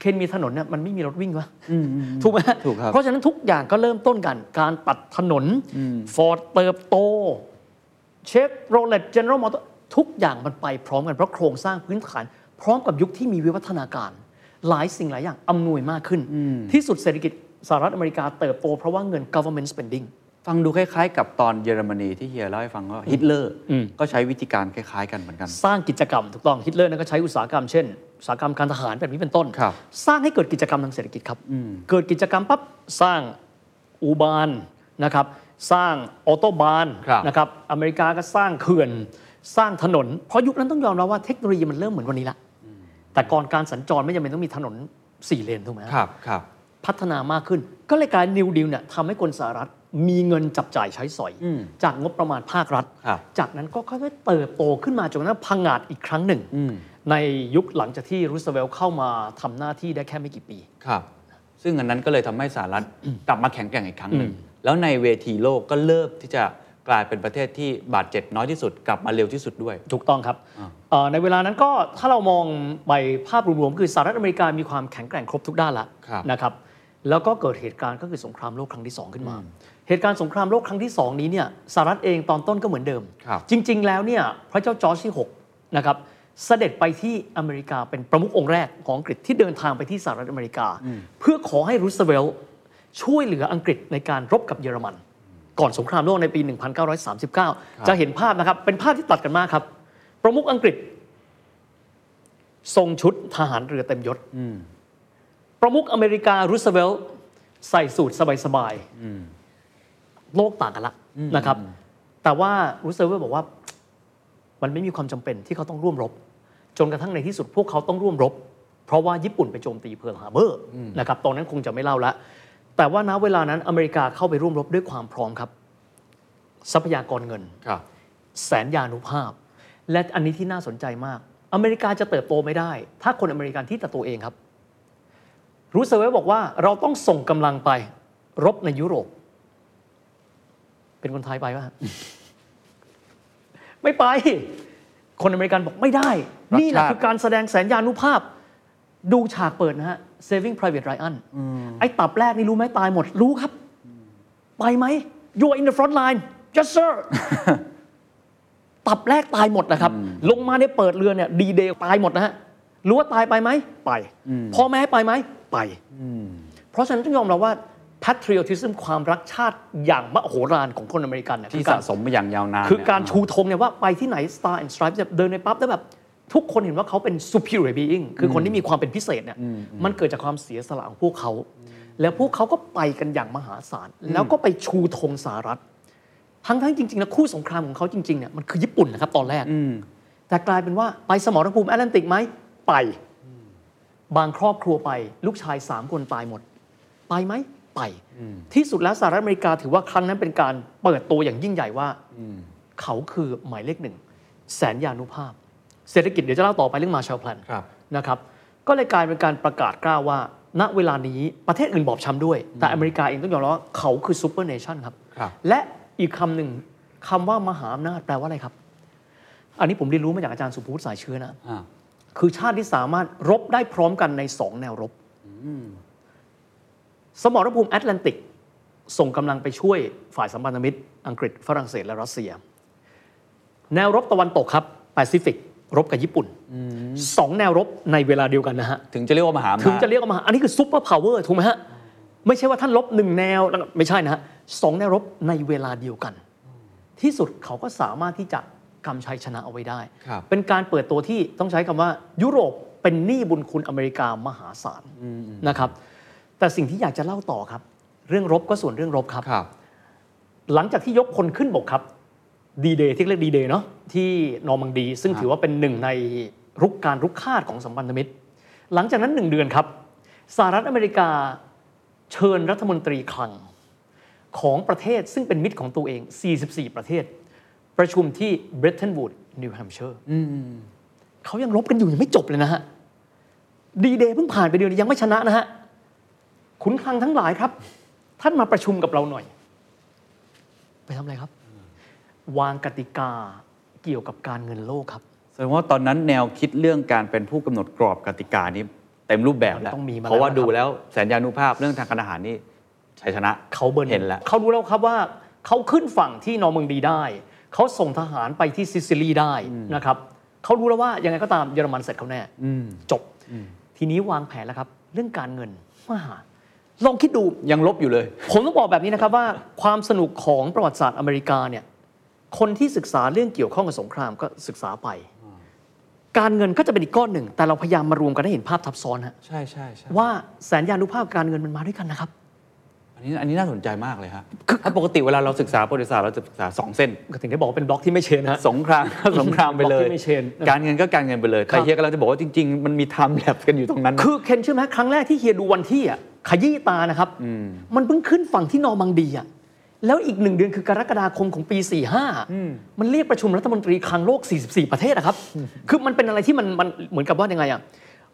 เคนมีถนนเนี่ยมันไม่มีรถวิ่งวะ
อืม
ถูกไหม
ถูกครับ
เพราะฉะนั้นทุกอย่างก็เริ่มต้นกัน การตัดถนน ฟอร์ดเติบโต เชฟโรเลตเจเนอเรลมอเตอร์ทุกอย่างมันไปพร้อมกัน เพราะโครงสร้างพื้นฐาน พร้อมกับยุคที่มีวิวัฒนาการ หลายสิ่งหลายอย่างอำนวยมากขึ้น ที่สุดเศรษฐกิจสหรัฐอเมริกาเติบโตเพราะว่าเงิน government spending
ฟังดูคล้ายๆ กับตอนเยอรมนีที่เฮียเล่าให้ฟังว่าฮิตเลอร์
อืม
ก็ใช้วิธีการคล้ายๆ กันเหมือนกัน
สร้างกิจกรรมถูกต้องฮิตเลอร์นั้นก็ใช้อุตสาหกรรมเช่นอุตสาหกรรมการทหารแบบนี้เป็นต้น
ครับ
สร้างให้เกิดกิจกรรมทางเศรษฐกิจครับ เกิดกิจกรรมปั๊บสร้างอูบานนะครับสร้างออโตบาน
ครับ
นะครับอเมริกาก็สร้างเขื่อน สร้างถนน เพราะยุคนั้นต้องยอมรับว่าเทคโนโลยีมันเริ่มเหมือนวันนี้ละแต่ก่อนการสัญจรไม่จำเป็นต้องมีถนนสี่เลนถูกไหมฮะ
ครับครับ
พัฒนามากขึ้น ก็เลยกลารนิวดิวเนี่ยทำให้คนสหรัฐ มีเงินจับจ่ายใช้สอย
อืม
จากงบประมาณภาครัฐ
ครับ
จากนั้นก็ค่อยๆเติบโตขึ้นมาจนกระทั่งพังงาดอีกครั้งหนึ่ง
อืม
ในยุคหลังจากที่รูสเวลต์เข้ามาทำหน้าที่ได้แค่ไม่กี่ปี
ครับ ซึ่งอันนั้นก็เลยทำให้สหรัฐกลับมาแข็งแกร่งอีกครั้งหนึ่ง แล้วในเวทีโลกก็เริ่มที่จะกลายเป็นประเทศที่บาดเจ็บน้อยที่สุดกลับมาเร็วที่สุดด้วย
ถูกต้องครับ
อ่า
เอ่อในเวลานั้นก็ถ้าเรามองไปภาพรวมๆคือสหรัฐอเมริกามีความแข็งแกร่งครบทุกด้านละ
ครับ
นะครับแล้วก็เกิดเหตุการณ์ก็คือสงครามโลกครั้งที่ 2 ขึ้นมา เหตุการณ์สงครามโลกครั้งที่ 2 นี้เนี่ยสหรัฐเองตอนต้นก็เหมือนเดิม
ครับ
จริง ๆ แล้วเนี่ยพระเจ้าจอร์จที่6นะครับเสด็จไปที่อเมริกาเป็นประมุของค์แรกของอังกฤษที่เดินทางไปที่สหรัฐอเมริกา เพื่อขอให้รูสเวลต์ช่วยเหลืออังกฤษในการรบกับเยอรมัน ก่อนสงครามโลกในปี 1939 จะเห็นภาพนะครับ เป็นภาพที่ตัดกันมากครับ ประมุขอังกฤษ ทรงชุดทหารเรือเต็มยศ ประมุขอเมริการูสเวลต์ใส่สูทสบายๆโลกต่างกันละนะครับ แต่ว่ารูสเวลต์บอกว่า มันไม่มีความจำเป็นที่เขาต้องร่วมรบ จนกระทั่งในที่สุดพวกเขาต้องร่วมรบ เพราะว่าญี่ปุ่นไปโจมตีเพิร์ลฮาร์เบอร์นะครับตอนนั้นคงจะไม่เล่าละแต่ว่าณเวลานั้นอเมริกาเข้าไปร่วมรบด้วยความพร้อมครับ ทรัพยากรเงิน
ครับ
แสนยานุภาพ และอันนี้ที่น่าสนใจมาก อเมริกาจะเติบโตไม่ได้ ถ้าคนอเมริกันที่แต่ตัวเองครับ รูสเวลต์บอกว่าเราต้องส่งกำลังไป รบในยุโรป เป็นคนไทยไปปะฮ [laughs] ะ ไม่ไป คนอเมริกันบอกไม่ได้
รักชาติ
นี่แหละคือการแสดงแสนยานุภาพ ดูฉากเปิดนะฮะ Saving Private Ryan ไอ้ตับแรกนี่รู้ไหมตายหมดรู้ครับ ไปไหม You're in the front line Yes sir ตับแรกตายหมดนะครับ ลงมาเนี่ยเปิดเรือเนี่ยดีเดย์ตายหมดนะฮะรู้ว่าตายไปไหม ไปพ่อแม่ไปไหม ไป เพราะฉะนั้นต้องยอมรับว่า patriotism ความรักชาติอย่างมโหฬารของคนอเมริกันเนี่ย
ที่
คือการ
สะสมมาอย่างยาวนาน
คือการ
เนี่ย
ชูธงเนี่ยว่าไปที่ไหน Star and Stripes เนี่ยเดินไปปั๊บแล้วแบบทุกคนเห็นว่าเขาเป็น superior being คือคนที่มีความเป็นพิเศษเนี่ยมันเกิดจากความเสียสละของพวกเขา แล้วพวกเขาก็ไปกันอย่างมหาศาล แล้วก็ไปชูธงสหรัฐ ทั้งทั้งๆจริงๆแล้วคู่สงครามของเขาจริงๆเนี่ยมันคือญี่ปุ่นนะครับตอนแรก
อืม
แต่กลายเป็นว่าไปสมรภูมิแอตแลนติกไหมไป บางครอบครัวไป ลูกชายสามคนตายหมด ไปไหมไป ที่สุดแล้วสหรัฐอเมริกาถือว่าครั้งนั้นเป็นการเปิดตัวอย่างยิ่งใหญ่ว่าเขาคือหมายเลขหนึ่ง แสนยานุภาพ เศรษฐกิจเดี๋ยวจะเล่าต่อไปเรื่องมาแชลแพลน
ครับ
นะครับ ก็เลยกลายเป็นการประกาศกล้าวว่า ณเวลานี้ประเทศอื่นบอบช้ำด้วย แต่อเมริกาเองต้องยอมรับว่าเขาคือซูเปอร์เนชั่นครับ
ครับ
และอีกคำหนึ่งคำว่ามหาอำนาจแปลว่าอะไรครับ อันนี้ผมเรียนรู้มาจากอาจารย์สุภูตสายเชื้อนะ
อ่า
คือชาติที่สามารถรบได้พร้อมกันในสองแนวรบ สมรภูมิแอตแลนติก ส่งกำลังไปช่วยฝ่ายสัมพันธมิตร อังกฤษฝรั่งเศสและรัสเซีย แนวรบตะวันตกครับแปซิฟิก รบกับญี่ปุ่นสองแนวรบในเวลาเดียวกันนะฮะ
ถึงจะเรียกว่ามหาอำนาจ
ถึงจะเรียกออกมา อันนี้คือซุปเปอร์พาวเวอร์ถูกไหมฮะ ไม่ใช่ว่าท่านลบหนึ่งแนวแล้วก็ไม่ใช่นะฮะสองแนวรบในเวลาเดียวกัน ที่สุดเขาก็สามารถที่จะกำชัยชนะเอาไว้ได้
ครับ
เป็นการเปิดตัวที่ต้องใช้คำว่า ยุโรปเป็นหนี้บุญคุณอเมริกามหาศาลนะครับ แต่สิ่งที่อยากจะเล่าต่อครับ เรื่องรบก็ส่วนเรื่องรบครับ
ครับ
หลังจากที่ยกพลขึ้นบกครับดีเดย์ที่เรียกดีเดย์เนาะที่นอร์มังดี ซึ่ง
ครับ
ถือว่าเป็นหนึ่งในรุกการรุกคาตของสัมพันธมิตร หลังจากนั้นหนึ่งเดือนครับสหรัฐอเมริกาเชิญรัฐมนตรีคลัง ของประเทศซึ่งเป็นมิตรของตัวเอง 44 ประเทศ ประชุมที่เบรตันวูดนิวแฮมป์เชอร์เขายังรบกันอยู่ยังไม่จบเลยนะฮะดีเดย์เพิ่งผ่านไปเดือนเดียวยังไม่ชนะนะฮะขุนคลังทั้งหลายครับ ท่านมาประชุมกับเราหน่อย ไปทำอะไรครับ วางกติกาเกี่ยวกับการเงินโลกครับ
แสดงว่าตอนนั้นแนวคิดเรื่องการเป็นผู้กำหนดกรอบกติกานี้เต็มรูปแบบแล้ว
มันต้องมีมาแล้ว
เพราะว่า
นะครับ
ดูแล้วแสนยานุภาพเรื่องทางการทหารนี่ชัยชนะ
เขาเบิร์น
เห็นแล้ว
เขารู้แล้วครับว่าเขาขึ้นฝั่งที่นอร์มังดีได้ เขาส่งทหารไปที่ซิซิลีได้นะครับเขารู้แล้วว่ายังไงก็ตามเยอรมันเสร็จเขาแน่จบ ทีนี้วางแผนแล้วครับ เรื่องการเงินมหาลองคิดดู
ยังลบอยู่เลย
ผมต้องบอกแบบนี้นะครับว่าความสนุกของประวัติศาสตร์อเมริกาเนี่ยคนที่ศึกษาเรื่องเกี่ยวข้องกับสงครามก็ศึกษาไป การเงินก็จะเป็นอีกก้อนหนึ่ง แต่เราพยายามมารวมกันให้เห็นภาพทับซ้อนฮะ
ใช่ใช่ใช่
ว่าแสนยานุภาพการเงินมันมาด้วยกันนะครับ
อันนี้อันนี้น่าสนใจมากเลยฮะถ้าปกติเวลาเราศึกษาประวัติศาสตร์เราจะศึกษาสองเส้น
ก็ถึงได้บอกว่าเป็นบล็อกที่ไม่เชนฮะ
สงคราม [laughs] สงครามไปเล
บล็
ย
อกที่ไม่เชนนะครับ
การเงินก็การเงินไปเลย
ครั
แต่
บ
เฮียกำลังจะบอกว่าจริง ๆ มันมีไทม์แลปกันอยู่ตรงนั้นนะ
คือเคนเชื่อไหมครั้งแรกที่เฮียดูวันที่อ่ะขยี้ตานะครับ มันเพิ่งขึ้นฝั่งที่นอร์มังดีอ่ะ แล้วอีกหนึ่งเดือนคือกรกฎาคมของปี 45 มันเรียกประชุมรัฐมนตรีคลังโลก 44 ประเทศนะครับ คือมันเป็นอะไรที่มันมันเหมือนกับว่ายังไงอ่ะ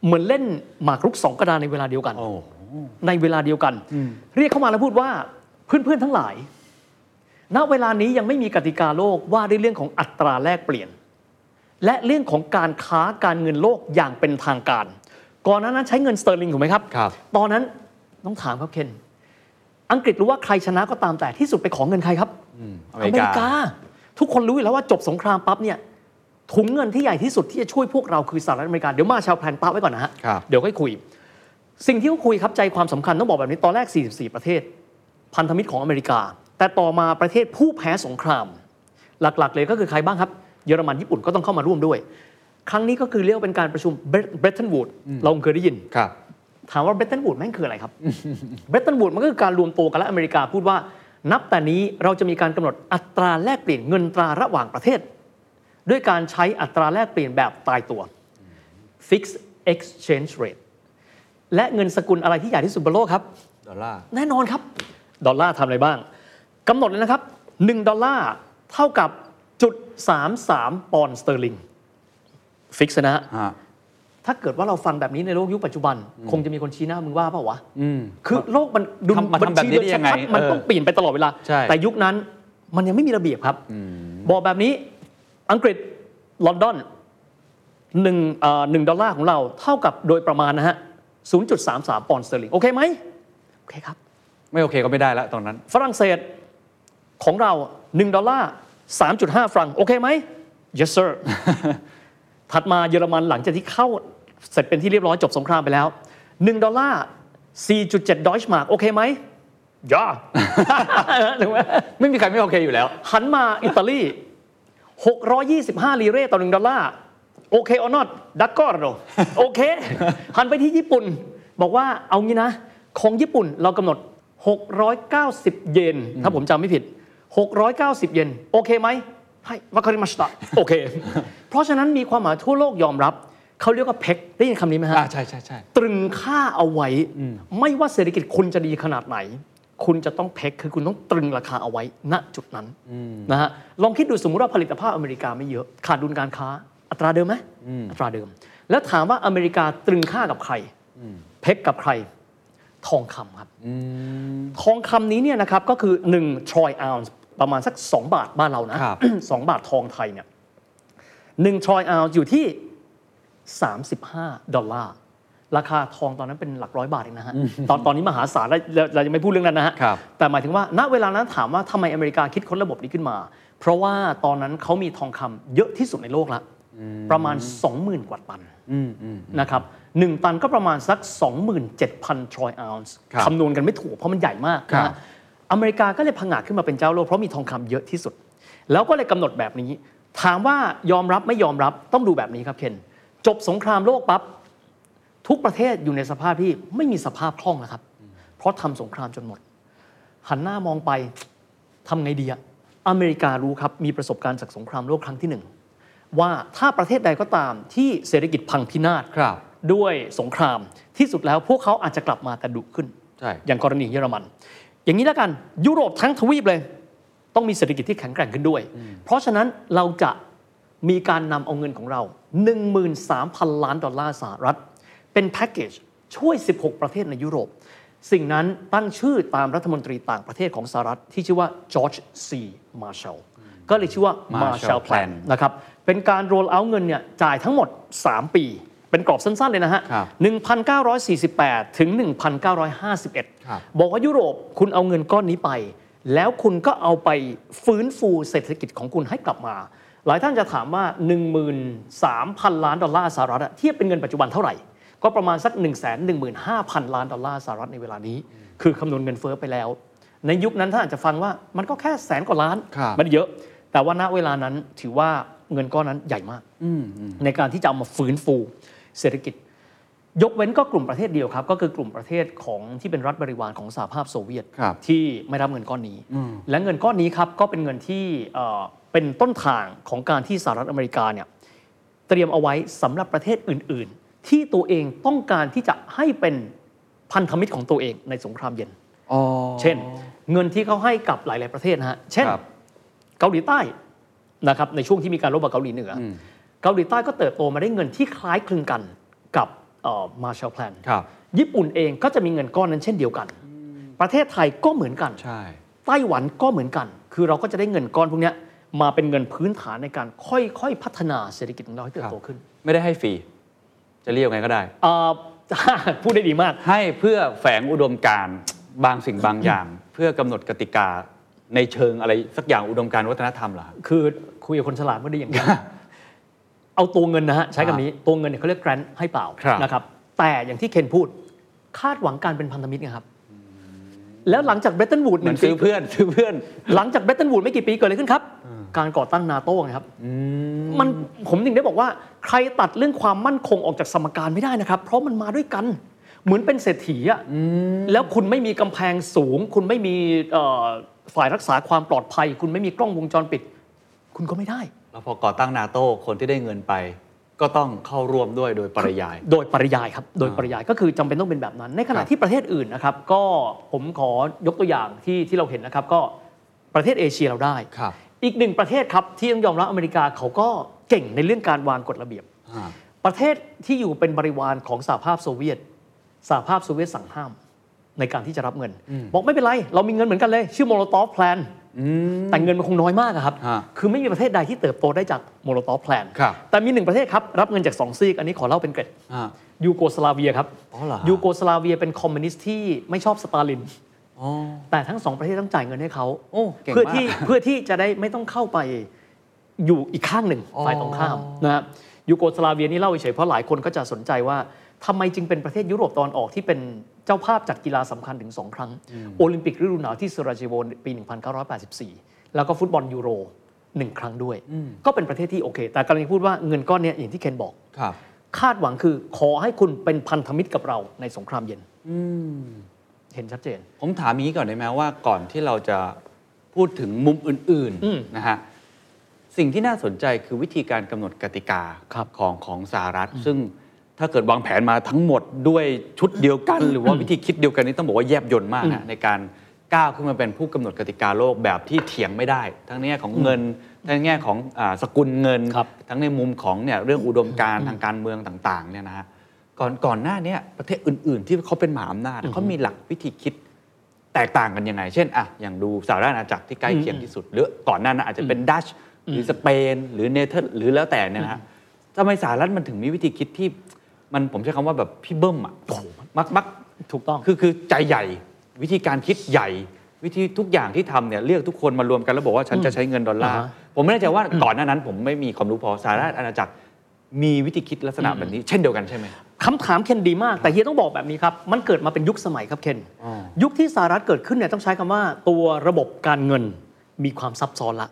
เหมือนเล่นหมากรุกสองกระดานในเวลาเดียวกัน
โอ้
ในเวลาเดียวกัน เรียกเข้ามาแล้วพูดว่าเพื่อนๆทั้งหลาย ณเวลานี้ยังไม่มีกติกาโลกว่าด้วยเรื่องของอัตราแลกเปลี่ยน และเรื่องของการค้าการเงินโลกอย่างเป็นทางการ ก่อนหน้านั้นใช้เงินสเตอร์ลิงถูกไหมครับ
ครับ
ตอนนั้นต้องถามครับเคนอังกฤษรู้ว่าใครชนะก็ตามแต่ที่สุดไปของเงินใครครับ
อ
อ
เม
เมริ
ริกา
กา ทุกคนรู้อยู่แล้วว่าจบสงครามปั๊บเนี่ยถุงเงินที่ใหญ่ที่สุดที่จะช่วยพวกเราคือสหรัฐอเมริกา เดี๋ยวมาชาวแพลนปั๊บไว้ก่อนนะฮะ
ครับ
เดี๋ยวค่อยคุย สิ่งที่เขาคุยครับใจความสำคัญต้องบอกแบบนี้ตอนแรก 44 ประเทศ พันธมิตรของอเมริกา แต่ต่อมาประเทศผู้แพ้สงคราม หลักๆ เลยก็คือใครบ้างครับ เยอรมันญี่ปุ่นก็ต้องเข้ามาร่วมด้วย ครั้งนี้ก็คือเรียกว่าเป็นการประชุมเบรตันวูดเราคงเคยได้ยิน
ครับ
ถามว่าเบรตันวูดแม่งคืออะไรครับ เบรตันวูดมันก็คือการรวมตัวกันและอเมริกาพูดว่า นับแต่นี้เราจะมีการกำหนดอัตราแลกเปลี่ยนเงินตราระหว่างประเทศ ด้วยการใช้อัตราแลกเปลี่ยนแบบตายตัว fixed exchange rate และเงินสกุลอะไรที่ใหญ่ที่สุดบนโลกครับ
ดอลลาร์
แน่นอนครับ ดอลลาร์ทำอะไรบ้างกำหนดเลยนะครับ 1 ดอลลาร์เท่ากับจุด33ปอนด์สเตอร์ลิงฟิกซ์นะฮะ
ฮะ
ถ้าเกิดว่าเราฟังแบบนี้ในโลกยุคปัจจุบัน คงจะมีคนชี้หน้ามึงว่าเปล่าวะ
อืม
คือโลกมันดุ
ทำมาทำแบบนี้ได้ยังไง
บัญชีเดินชัดๆมัน
เออ
ต้องเปลี่ยนไปตลอดเวลา
ใช่
แต่ยุคนั้นมันยังไม่มีระเบียบครับ บอกแบบนี้อังกฤษลอนดอนหนึ่งเอ่อหนึ่งดอลลาร์ของเราเท่ากับโดยประมาณนะฮะ 0.33 ปอนด์สเตอร์ลิง โอเคไหมโอเคครับ
ไม่โอเคก็ไม่ได้แล้วตอนนั้น
ฝรั่งเศสของเรา 1 ดอลลาร์ 3.5 ฟรังโอเคไหม yes sir ถัดมาเยอรมันหลังจากที่เข้าเสร็จเป็นที่เรียบร้อยจบสงครามไปแล้ว 1 ดอลลาร์ 4.7 ดอยช์มาร์กโอเคไหมย่า [laughs] ถูกไหม
ไม่มีใครไม่โอเคอยู่แล้ว
หันมาอิตาลี 625 ลีเร่ต่อ 1 ดอลลาร์ โอเคออนอตดักกอร์โดโอเค หันไปที่ญี่ปุ่น บอกว่าเอางี้นะ ของญี่ปุ่นเรากำหนด 690 เยน ถ้าผมจำไม่ผิด 690 เยน โอเคไหมให้วาคาริมาสตะโอเค เพราะฉะนั้นมีความหมายทั่วโลกยอมรับ เขาเรียกว่าเพกได้ยินคำนี้ไหมฮะ
อ่าใช่ใช่ใช่
ตรึงค่าเอาไว้ ไม่ว่าเศรษฐกิจคุณจะดีขนาดไหน คุณจะต้องเพกคือคุณต้องตรึงราคาเอาไว้ ณจุดนั้นนะฮะลองคิดดูสมมุติว่าผลิตภาพอเมริกาไม่เยอะ ขาดดุลการค้า อัตราเดิมไหมอัตราเดิม แล้วถามว่าอเมริกาตรึงค่ากับใครเพกกับใคร ทองคำครับทองคำนี้เนี่ยนะครับก็คือ1ทรอยออนซ์ประมาณสัก 2 บาทบ้านเรานะครับ สองบาททองไทยเนี่ยหนึ่งทรอยออนซ์อยู่ที่ 35 ดอลลาร์ ราคาทองตอนนั้นเป็นหลักร้อยบาทเองนะฮะ ตอนตอนนี้มหาศาลแล้วแล้วเรายังไม่พูดเรื่องนั้นนะฮะ
ครับ
แต่หมายถึงว่าณเวลานั้นถามว่าทำไมอเมริกาคิดค้นระบบนี้ขึ้นมา เพราะว่าตอนนั้นเขามีทองคำเยอะที่สุดในโลกละประมาณ 20,000 กว่าตันนะครับหนึ่งตันก็ประมาณสัก 27,000 ทรอยออนซ์
ครับ
คำนวณกันไม่ถูกเพราะมันใหญ่มากนะ
ครั
ฮะ
บ
อเมริกาก็เลยผงาดขึ้นมาเป็นเจ้าโลกเพราะมีทองคำเยอะที่สุด แล้วก็เลยกำหนดแบบนี้ ถามว่ายอมรับไม่ยอมรับต้องดูแบบนี้ครับเคนจบสงครามโลกปั๊บ ทุกประเทศอยู่ในสภาพที่ไม่มีสภาพคล่องนะครับ เพราะทำสงครามจนหมด หันหน้ามองไปทำไงดีอะอเมริการู้ครับ มีประสบการณ์จากสงครามโลกครั้งที่หนึ่งว่าถ้าประเทศใดก็ตามที่เศรษฐกิจพังพินาศ
ครับ
ด้วยสงครามที่สุดแล้วพวกเขาอาจจะกลับมาแต่ดุขึ้น
ใช่
อย่างกรณีเยอรมัน อย่างนี้แล้วกันยุโรปทั้งทวีปเลย ต้องมีเศรษฐกิจที่แข็งแกร่งขึ้นด้วย เพราะฉะนั้นเราจะมีการนำเอาเงินของเรา 13,000 ล้านดอลลาร์สหรัฐ เป็นแพ็กเกจช่วย 16 ประเทศในยุโรป สิ่งนั้นตั้งชื่อตามรัฐมนตรีต่างประเทศของสหรัฐ ที่ชื่อว่าจอร์จซีมาร์แชลก็เลยชื่อว่า
Marshall
Marshall Plan
Plan
นะครับเป็นการโรลเอาเงินเนี่ยจ่ายทั้งหมด 3 ปี เป็นกรอบสั้น ๆ เลยนะฮะ
ครับ
1948 ถึง
ครับ
1951 บอกว่ายุโรปคุณเอาเงินก้อนนี้ไป แล้วคุณก็เอาไปฟื้นฟูเศรษฐกิจของคุณให้กลับมา หลายท่านจะถามว่า 13,000 ล้านดอลลาร์สหรัฐอะเทียบเป็นเงินปัจจุบันเท่าไหร่ ก็ประมาณสัก 115,000 ล้านดอลลาร์สหรัฐในเวลานี้ คือคำนวณเงินเฟ้อไปแล้ว ในยุคนั้นท่านอาจจะฟังว่ามันก็แค่แสนกว่าล้าน
ครับ
ไมันเยอะ แต่ว่าณเวลานั้นถือว่าเงินก้อนนั้นใหญ่มาก ในการที่จะเอามาฟื้นฟูเศรษฐกิจ ยกเว้นก็กลุ่มประเทศเดียวครับ ก็คือกลุ่มประเทศของที่เป็นรัฐบริวารของสหภาพโซเวียต
ครับ
ที่ไม่รับเงินก้อนนี้ และเงินก้อนนี้ครับก็เป็นเงินที่เอ่อเป็นต้นทางของการที่สหรัฐอเมริกาเนี่ยเตรียมเอาไว้สำหรับประเทศอื่น ๆ ที่ตัวเองต้องการที่จะให้เป็นพันธมิตรของตัวเองในสงครามเย็น
อ๋อ
เช่น เงินที่เขาให้กับหลาย ๆ ประเทศนะฮะเช่น
ครับ
เกาหลีใต้นะครับในช่วงที่มีการรบกับเกาหลีเหนืออ
ม
เกาหลีใต้ก็เติบโตมาได้เงินที่คล้ายคลึงกันกับมาร์แชลแพลน
ครับ
ญี่ปุ่นเองก็จะมีเงินก้อนนั้นเช่นเดียวกัน ประเทศไทยก็เหมือนกัน
ใช่
ไต้หวันก็เหมือนกัน คือเราก็จะได้เงินก้อนพวกเนี้ยมาเป็นเงินพื้นฐานในการค่อย ๆ พัฒนาเศรษฐกิจของเราให้เติบโตขึ้น
ไม่ได้ให้ฟรี จะเรียกไงก็ได้
เอ่อ [laughs] พูดได้ดีมาก
ให้เพื่อแฝงอุดมการณ์บางสิ่งบาง [coughs] อย่าง เพื่อกำหนดกติกาในเชิงอะไรสักอย่างอุดมการณ์วัฒนธรรมเหรอ
คือคุยกับคนฉลาดไม่ได้อย่างนี้ เอาตัวเงินนะฮะใช้คำนี้ตัวเงินเนี่ยเขาเรียกแกรนให้เปล่า
ครับ
นะครับ แต่อย่างที่เคนพูดคาดหวังการเป็นพันธมิตรไงครับ แล้วหลังจากเบรตันวูด
เห
ห
มือ
นึ่ง
น
ปี
ซื้อเพื่อน [laughs] ซื้อเพื่อน
หลังจากเบรตันวูดไม่กี่ปีเกิดอะไรขึ้นครับ การก่อตั้งนาโต้ไงครับมันผมถึงได้บอกว่าใครตัดเรื่องความมั่นคงออกจากสมการไม่ได้นะครับ เพราะมันมาด้วยกัน เหมือนเป็นเศรษฐีอะแล้วคุณไม่มีกำแพงสูง คุณไม่มีเอ่อฝ่ายรักษาความปลอดภัย คุณไม่มีกล้องวงจรปิด คุณก็ไม่ได้
แล้วพอก่อตั้งนาโต้คนที่ได้เงินไป ก็ต้องเข้าร่วมด้วยโดยปริยาย
โดยปริยายครับ โดยปริยายก็คือจำเป็นต้องเป็นแบบนั้น ในขณะที่ประเทศอื่นนะครับ ก็ผมขอยกตัวอย่างที่ที่เราเห็นนะครับ ก็ประเทศเอเชียเราได้
ครับ
อีกหนึ่งประเทศครับที่ต้องยอมรับอเมริกาเขาก็เก่งในเรื่องการวางกฎระเบียบ
อ่า
ประเทศที่อยู่เป็นบริวารของสหภาพโซเวียตสหภาพโซเวียตสั่งห้ามในการที่จะรับเงิน บอกไม่เป็นไร เรามีเงินเหมือนกันเลย ชื่อโมโลตอฟแพลน
อืม
แต่เงินมันคงน้อยมากอะครับ
ฮะ
คือไม่มีประเทศใดที่เติบโตได้จากโมโลตอฟแพลน
ครับ
แต่มีหนึ่งประเทศครับรับเงินจากสองซีกอันนี้ขอเล่าเป็นเกร็ด
อ่า
ยูโกสลาเวียครับ
อ๋อเหรอฮะ
ยูโกสลาเวียเป็นคอมมิวนิสต์ที่ไม่ชอบสตาลิน
อ๋อ
แต่ทั้งสองประเทศต้องจ่ายเงินให้เขา
โอ้เก่งมาก
เพื่อที่เพื่อที่จะได้ไม่ต้องเข้าไปอยู่อีกข้างหนึ่ง
อ๋อ
ฝ่ายตรงข้ามนะครับยูโกสลาเวียนี่เล่าเฉยๆเพราะหลายคนก็จะสนใจว่าทำไมจึงเป็นประเทศยุโรปตอนออกที่เป็นเจ้าภาพจากกีฬาสำคัญถึงสองครั้ง โอลิมปิกฤดูหนาวที่เซอร์ราเจโวปี 1984 แล้วก็ฟุตบอลยูโรหนึ่งครั้งด้วย ก็เป็นประเทศที่โอเค แต่กำลังจะพูดว่าเงินก้อนเนี้ยอย่างที่เคนบอก
ครับ
คาดหวังคือขอให้คุณเป็นพันธมิตรกับเราในสงครามเย็นเห็นชัดเจน
ผมถามอย่างนี้ก่อนได้ไหมว่าก่อนที่เราจะพูดถึงมุมอื่น
อืม
นะฮะสิ่งที่น่าสนใจคือวิธีการกำหนดกติกา
ครับ
ของของสหรัฐ ซึ่งถ้าเกิดวางแผนมาทั้งหมดด้วยชุดเดียวกัน หรือว่าวิธีคิดเดียวกันนี้ต้องบอกว่าแยบยลมากนะในการก้าวขึ้นมาเป็นผู้กำหนดกติกาโลกแบบที่เถียงไม่ได้ ทั้งในแง่ของเงิน ทั้งในแง่ของอาสกุลเงิน
ครับ
ทั้งในมุมของเนี่ยเรื่องอุดมการณ์ทางการเมืองต่างๆเนี่ยนะฮะก่อนก่อนหน้าเนี้ประเทศอื่น ๆ ที่เขาเป็นมหาอำนาจเขามีหลักวิธีคิด แตกต่างกันยังไง เช่น อ่ะ อย่างดูสหราชอาณาจักรที่ใกล้เคียงที่สุด หรือก่อนหน้านั้นอาจจะเป็นดัช หรือสเปน หรือเนเธอร์หรือแล้วแต่เนี่ยนะฮะทำไมสหรัฐมันถึงมีวิธีคิดที่มันผมใช้คำว่าแบบพี่เบิ้มอ่ะมักมัก
ถูกต้อง
คือคือใจใหญ่ วิธีการคิดใหญ่ วิธีทุกอย่างที่ทำเนี่ยเรียกทุกคนมารวมกันแล้วบอกว่าฉันจะใช้เงินดอลลาร์
อ่าฮะ
ผมไม่แน่ใจว่าก่อนหน้านั้น ผมไม่มีความรู้พอสหราชอาณาจักรมีวิธีคิดลักษณะแบบนี้ เช่นเดียวกันใช่ไหม
คำถามเคนดีมาก แต่เฮียต้องบอกแบบนี้ครับ มันเกิดมาเป็นยุคสมัยครับเคน
อ๋อ
ยุคที่สหรัฐเกิดขึ้นเนี่ยต้องใช้คำว่าตัวระบบการเงินมีความซับซ้อนละ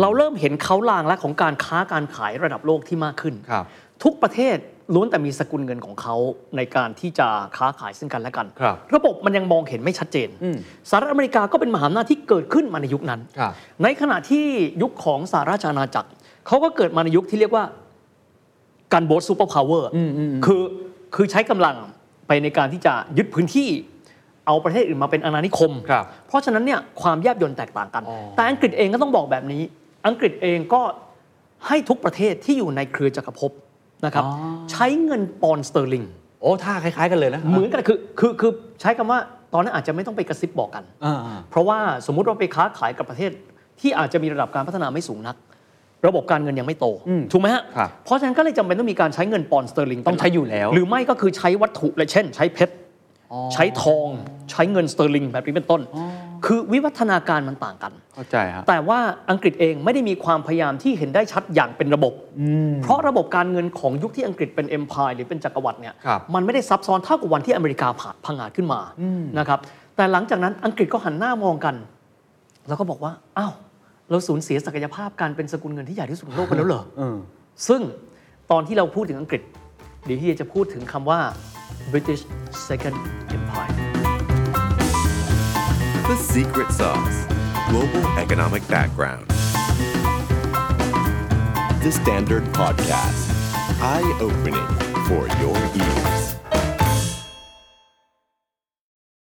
เราเริ่มเห็นเขาลางละของการค้าการขายระดับโลกที่มากขึ้น
ครับ
ทุกประเทศล้วนแต่มีสกุลเงินของเขาในการที่จะค้าขายซึ่งกันและกัน
ครับ
ระบบมันยังมองเห็นไม่ชัดเจน
อืม
สหรัฐอเมริกาก็เป็นมหาอำนาจที่เกิดขึ้นมาในยุคนั้น
ครับ
ในขณะที่ยุคของสหราชอาณาจักรเขาก็เกิดมาในยุคที่เรียกว่า การโบสซูเปอร์พาวเวอร์คือคือใช้กำลังไปในการที่จะยึดพื้นที่ เอาประเทศอื่นมาเป็นอาณานิคม
ครับ
เพราะฉะนั้นเนี่ยความแยบยลแตกต่างกัน
อ๋อ
แต่อังกฤษเองก็ต้องบอกแบบนี้ อังกฤษเองก็ให้ทุกประเทศที่อยู่ในเครือจักรภพนะครับ ใช้เงินปอนด์สเตอร์ลิง
โอ้ท่าคล้าย ๆ กันเลยนะ
เหมือนกันคือคือคือใช้คำว่าตอนนั้นอาจจะไม่ต้องไปกระซิบบอกกัน
อ่า
เพราะว่าสมมุติเราไปค้าขายกับประเทศที่อาจจะมีระดับการพัฒนาไม่สูงนัก ระบบการเงินยังไม่โต
อืม
ถูกไหมฮะ
ครับ
เพราะฉะนั้นก็เลยจำเป็นต้องมีการใช้เงินปอนด์สเตอร์ลิง
ต้องใช้อยู่แล้ว
หรือไม่ก็คือใช้วัตถุเลยเช่น ใช้เพชร
อ๋อ
ใช้ทองใช้เงินสเตอร์ลิงแบบนี้เป็นต้น คือวิวัฒนาการมันต่างกัน
เข้าใจฮะ
แต่ว่าอังกฤษเองไม่ได้มีความพยายามที่เห็นได้ชัดอย่างเป็นระบบ เพราะระบบการเงินของยุคที่อังกฤษเป็น empire หรือเป็นจักรวรรดิเนี่ย
ครับ
มันไม่ได้ซับซ้อนเท่ากับวันที่อเมริกาผ่าพังอาจขึ้นมานะครับ แต่หลังจากนั้นอังกฤษก็หันหน้ามองกัน แล้วก็บอกว่า อ้าว เราสูญเสียศักยภาพการเป็นสกุลเงินที่ใหญ่ที่สุดของโลกไปแล้วเหรอ
เออ
ซึ่งตอนที่เราพูดถึงอังกฤษเดี๋ยวที่จะพูดถึงคำว่า British Second Empire
The secret sauce. Global economic background. The Standard Podcast. Eye opening for your ears.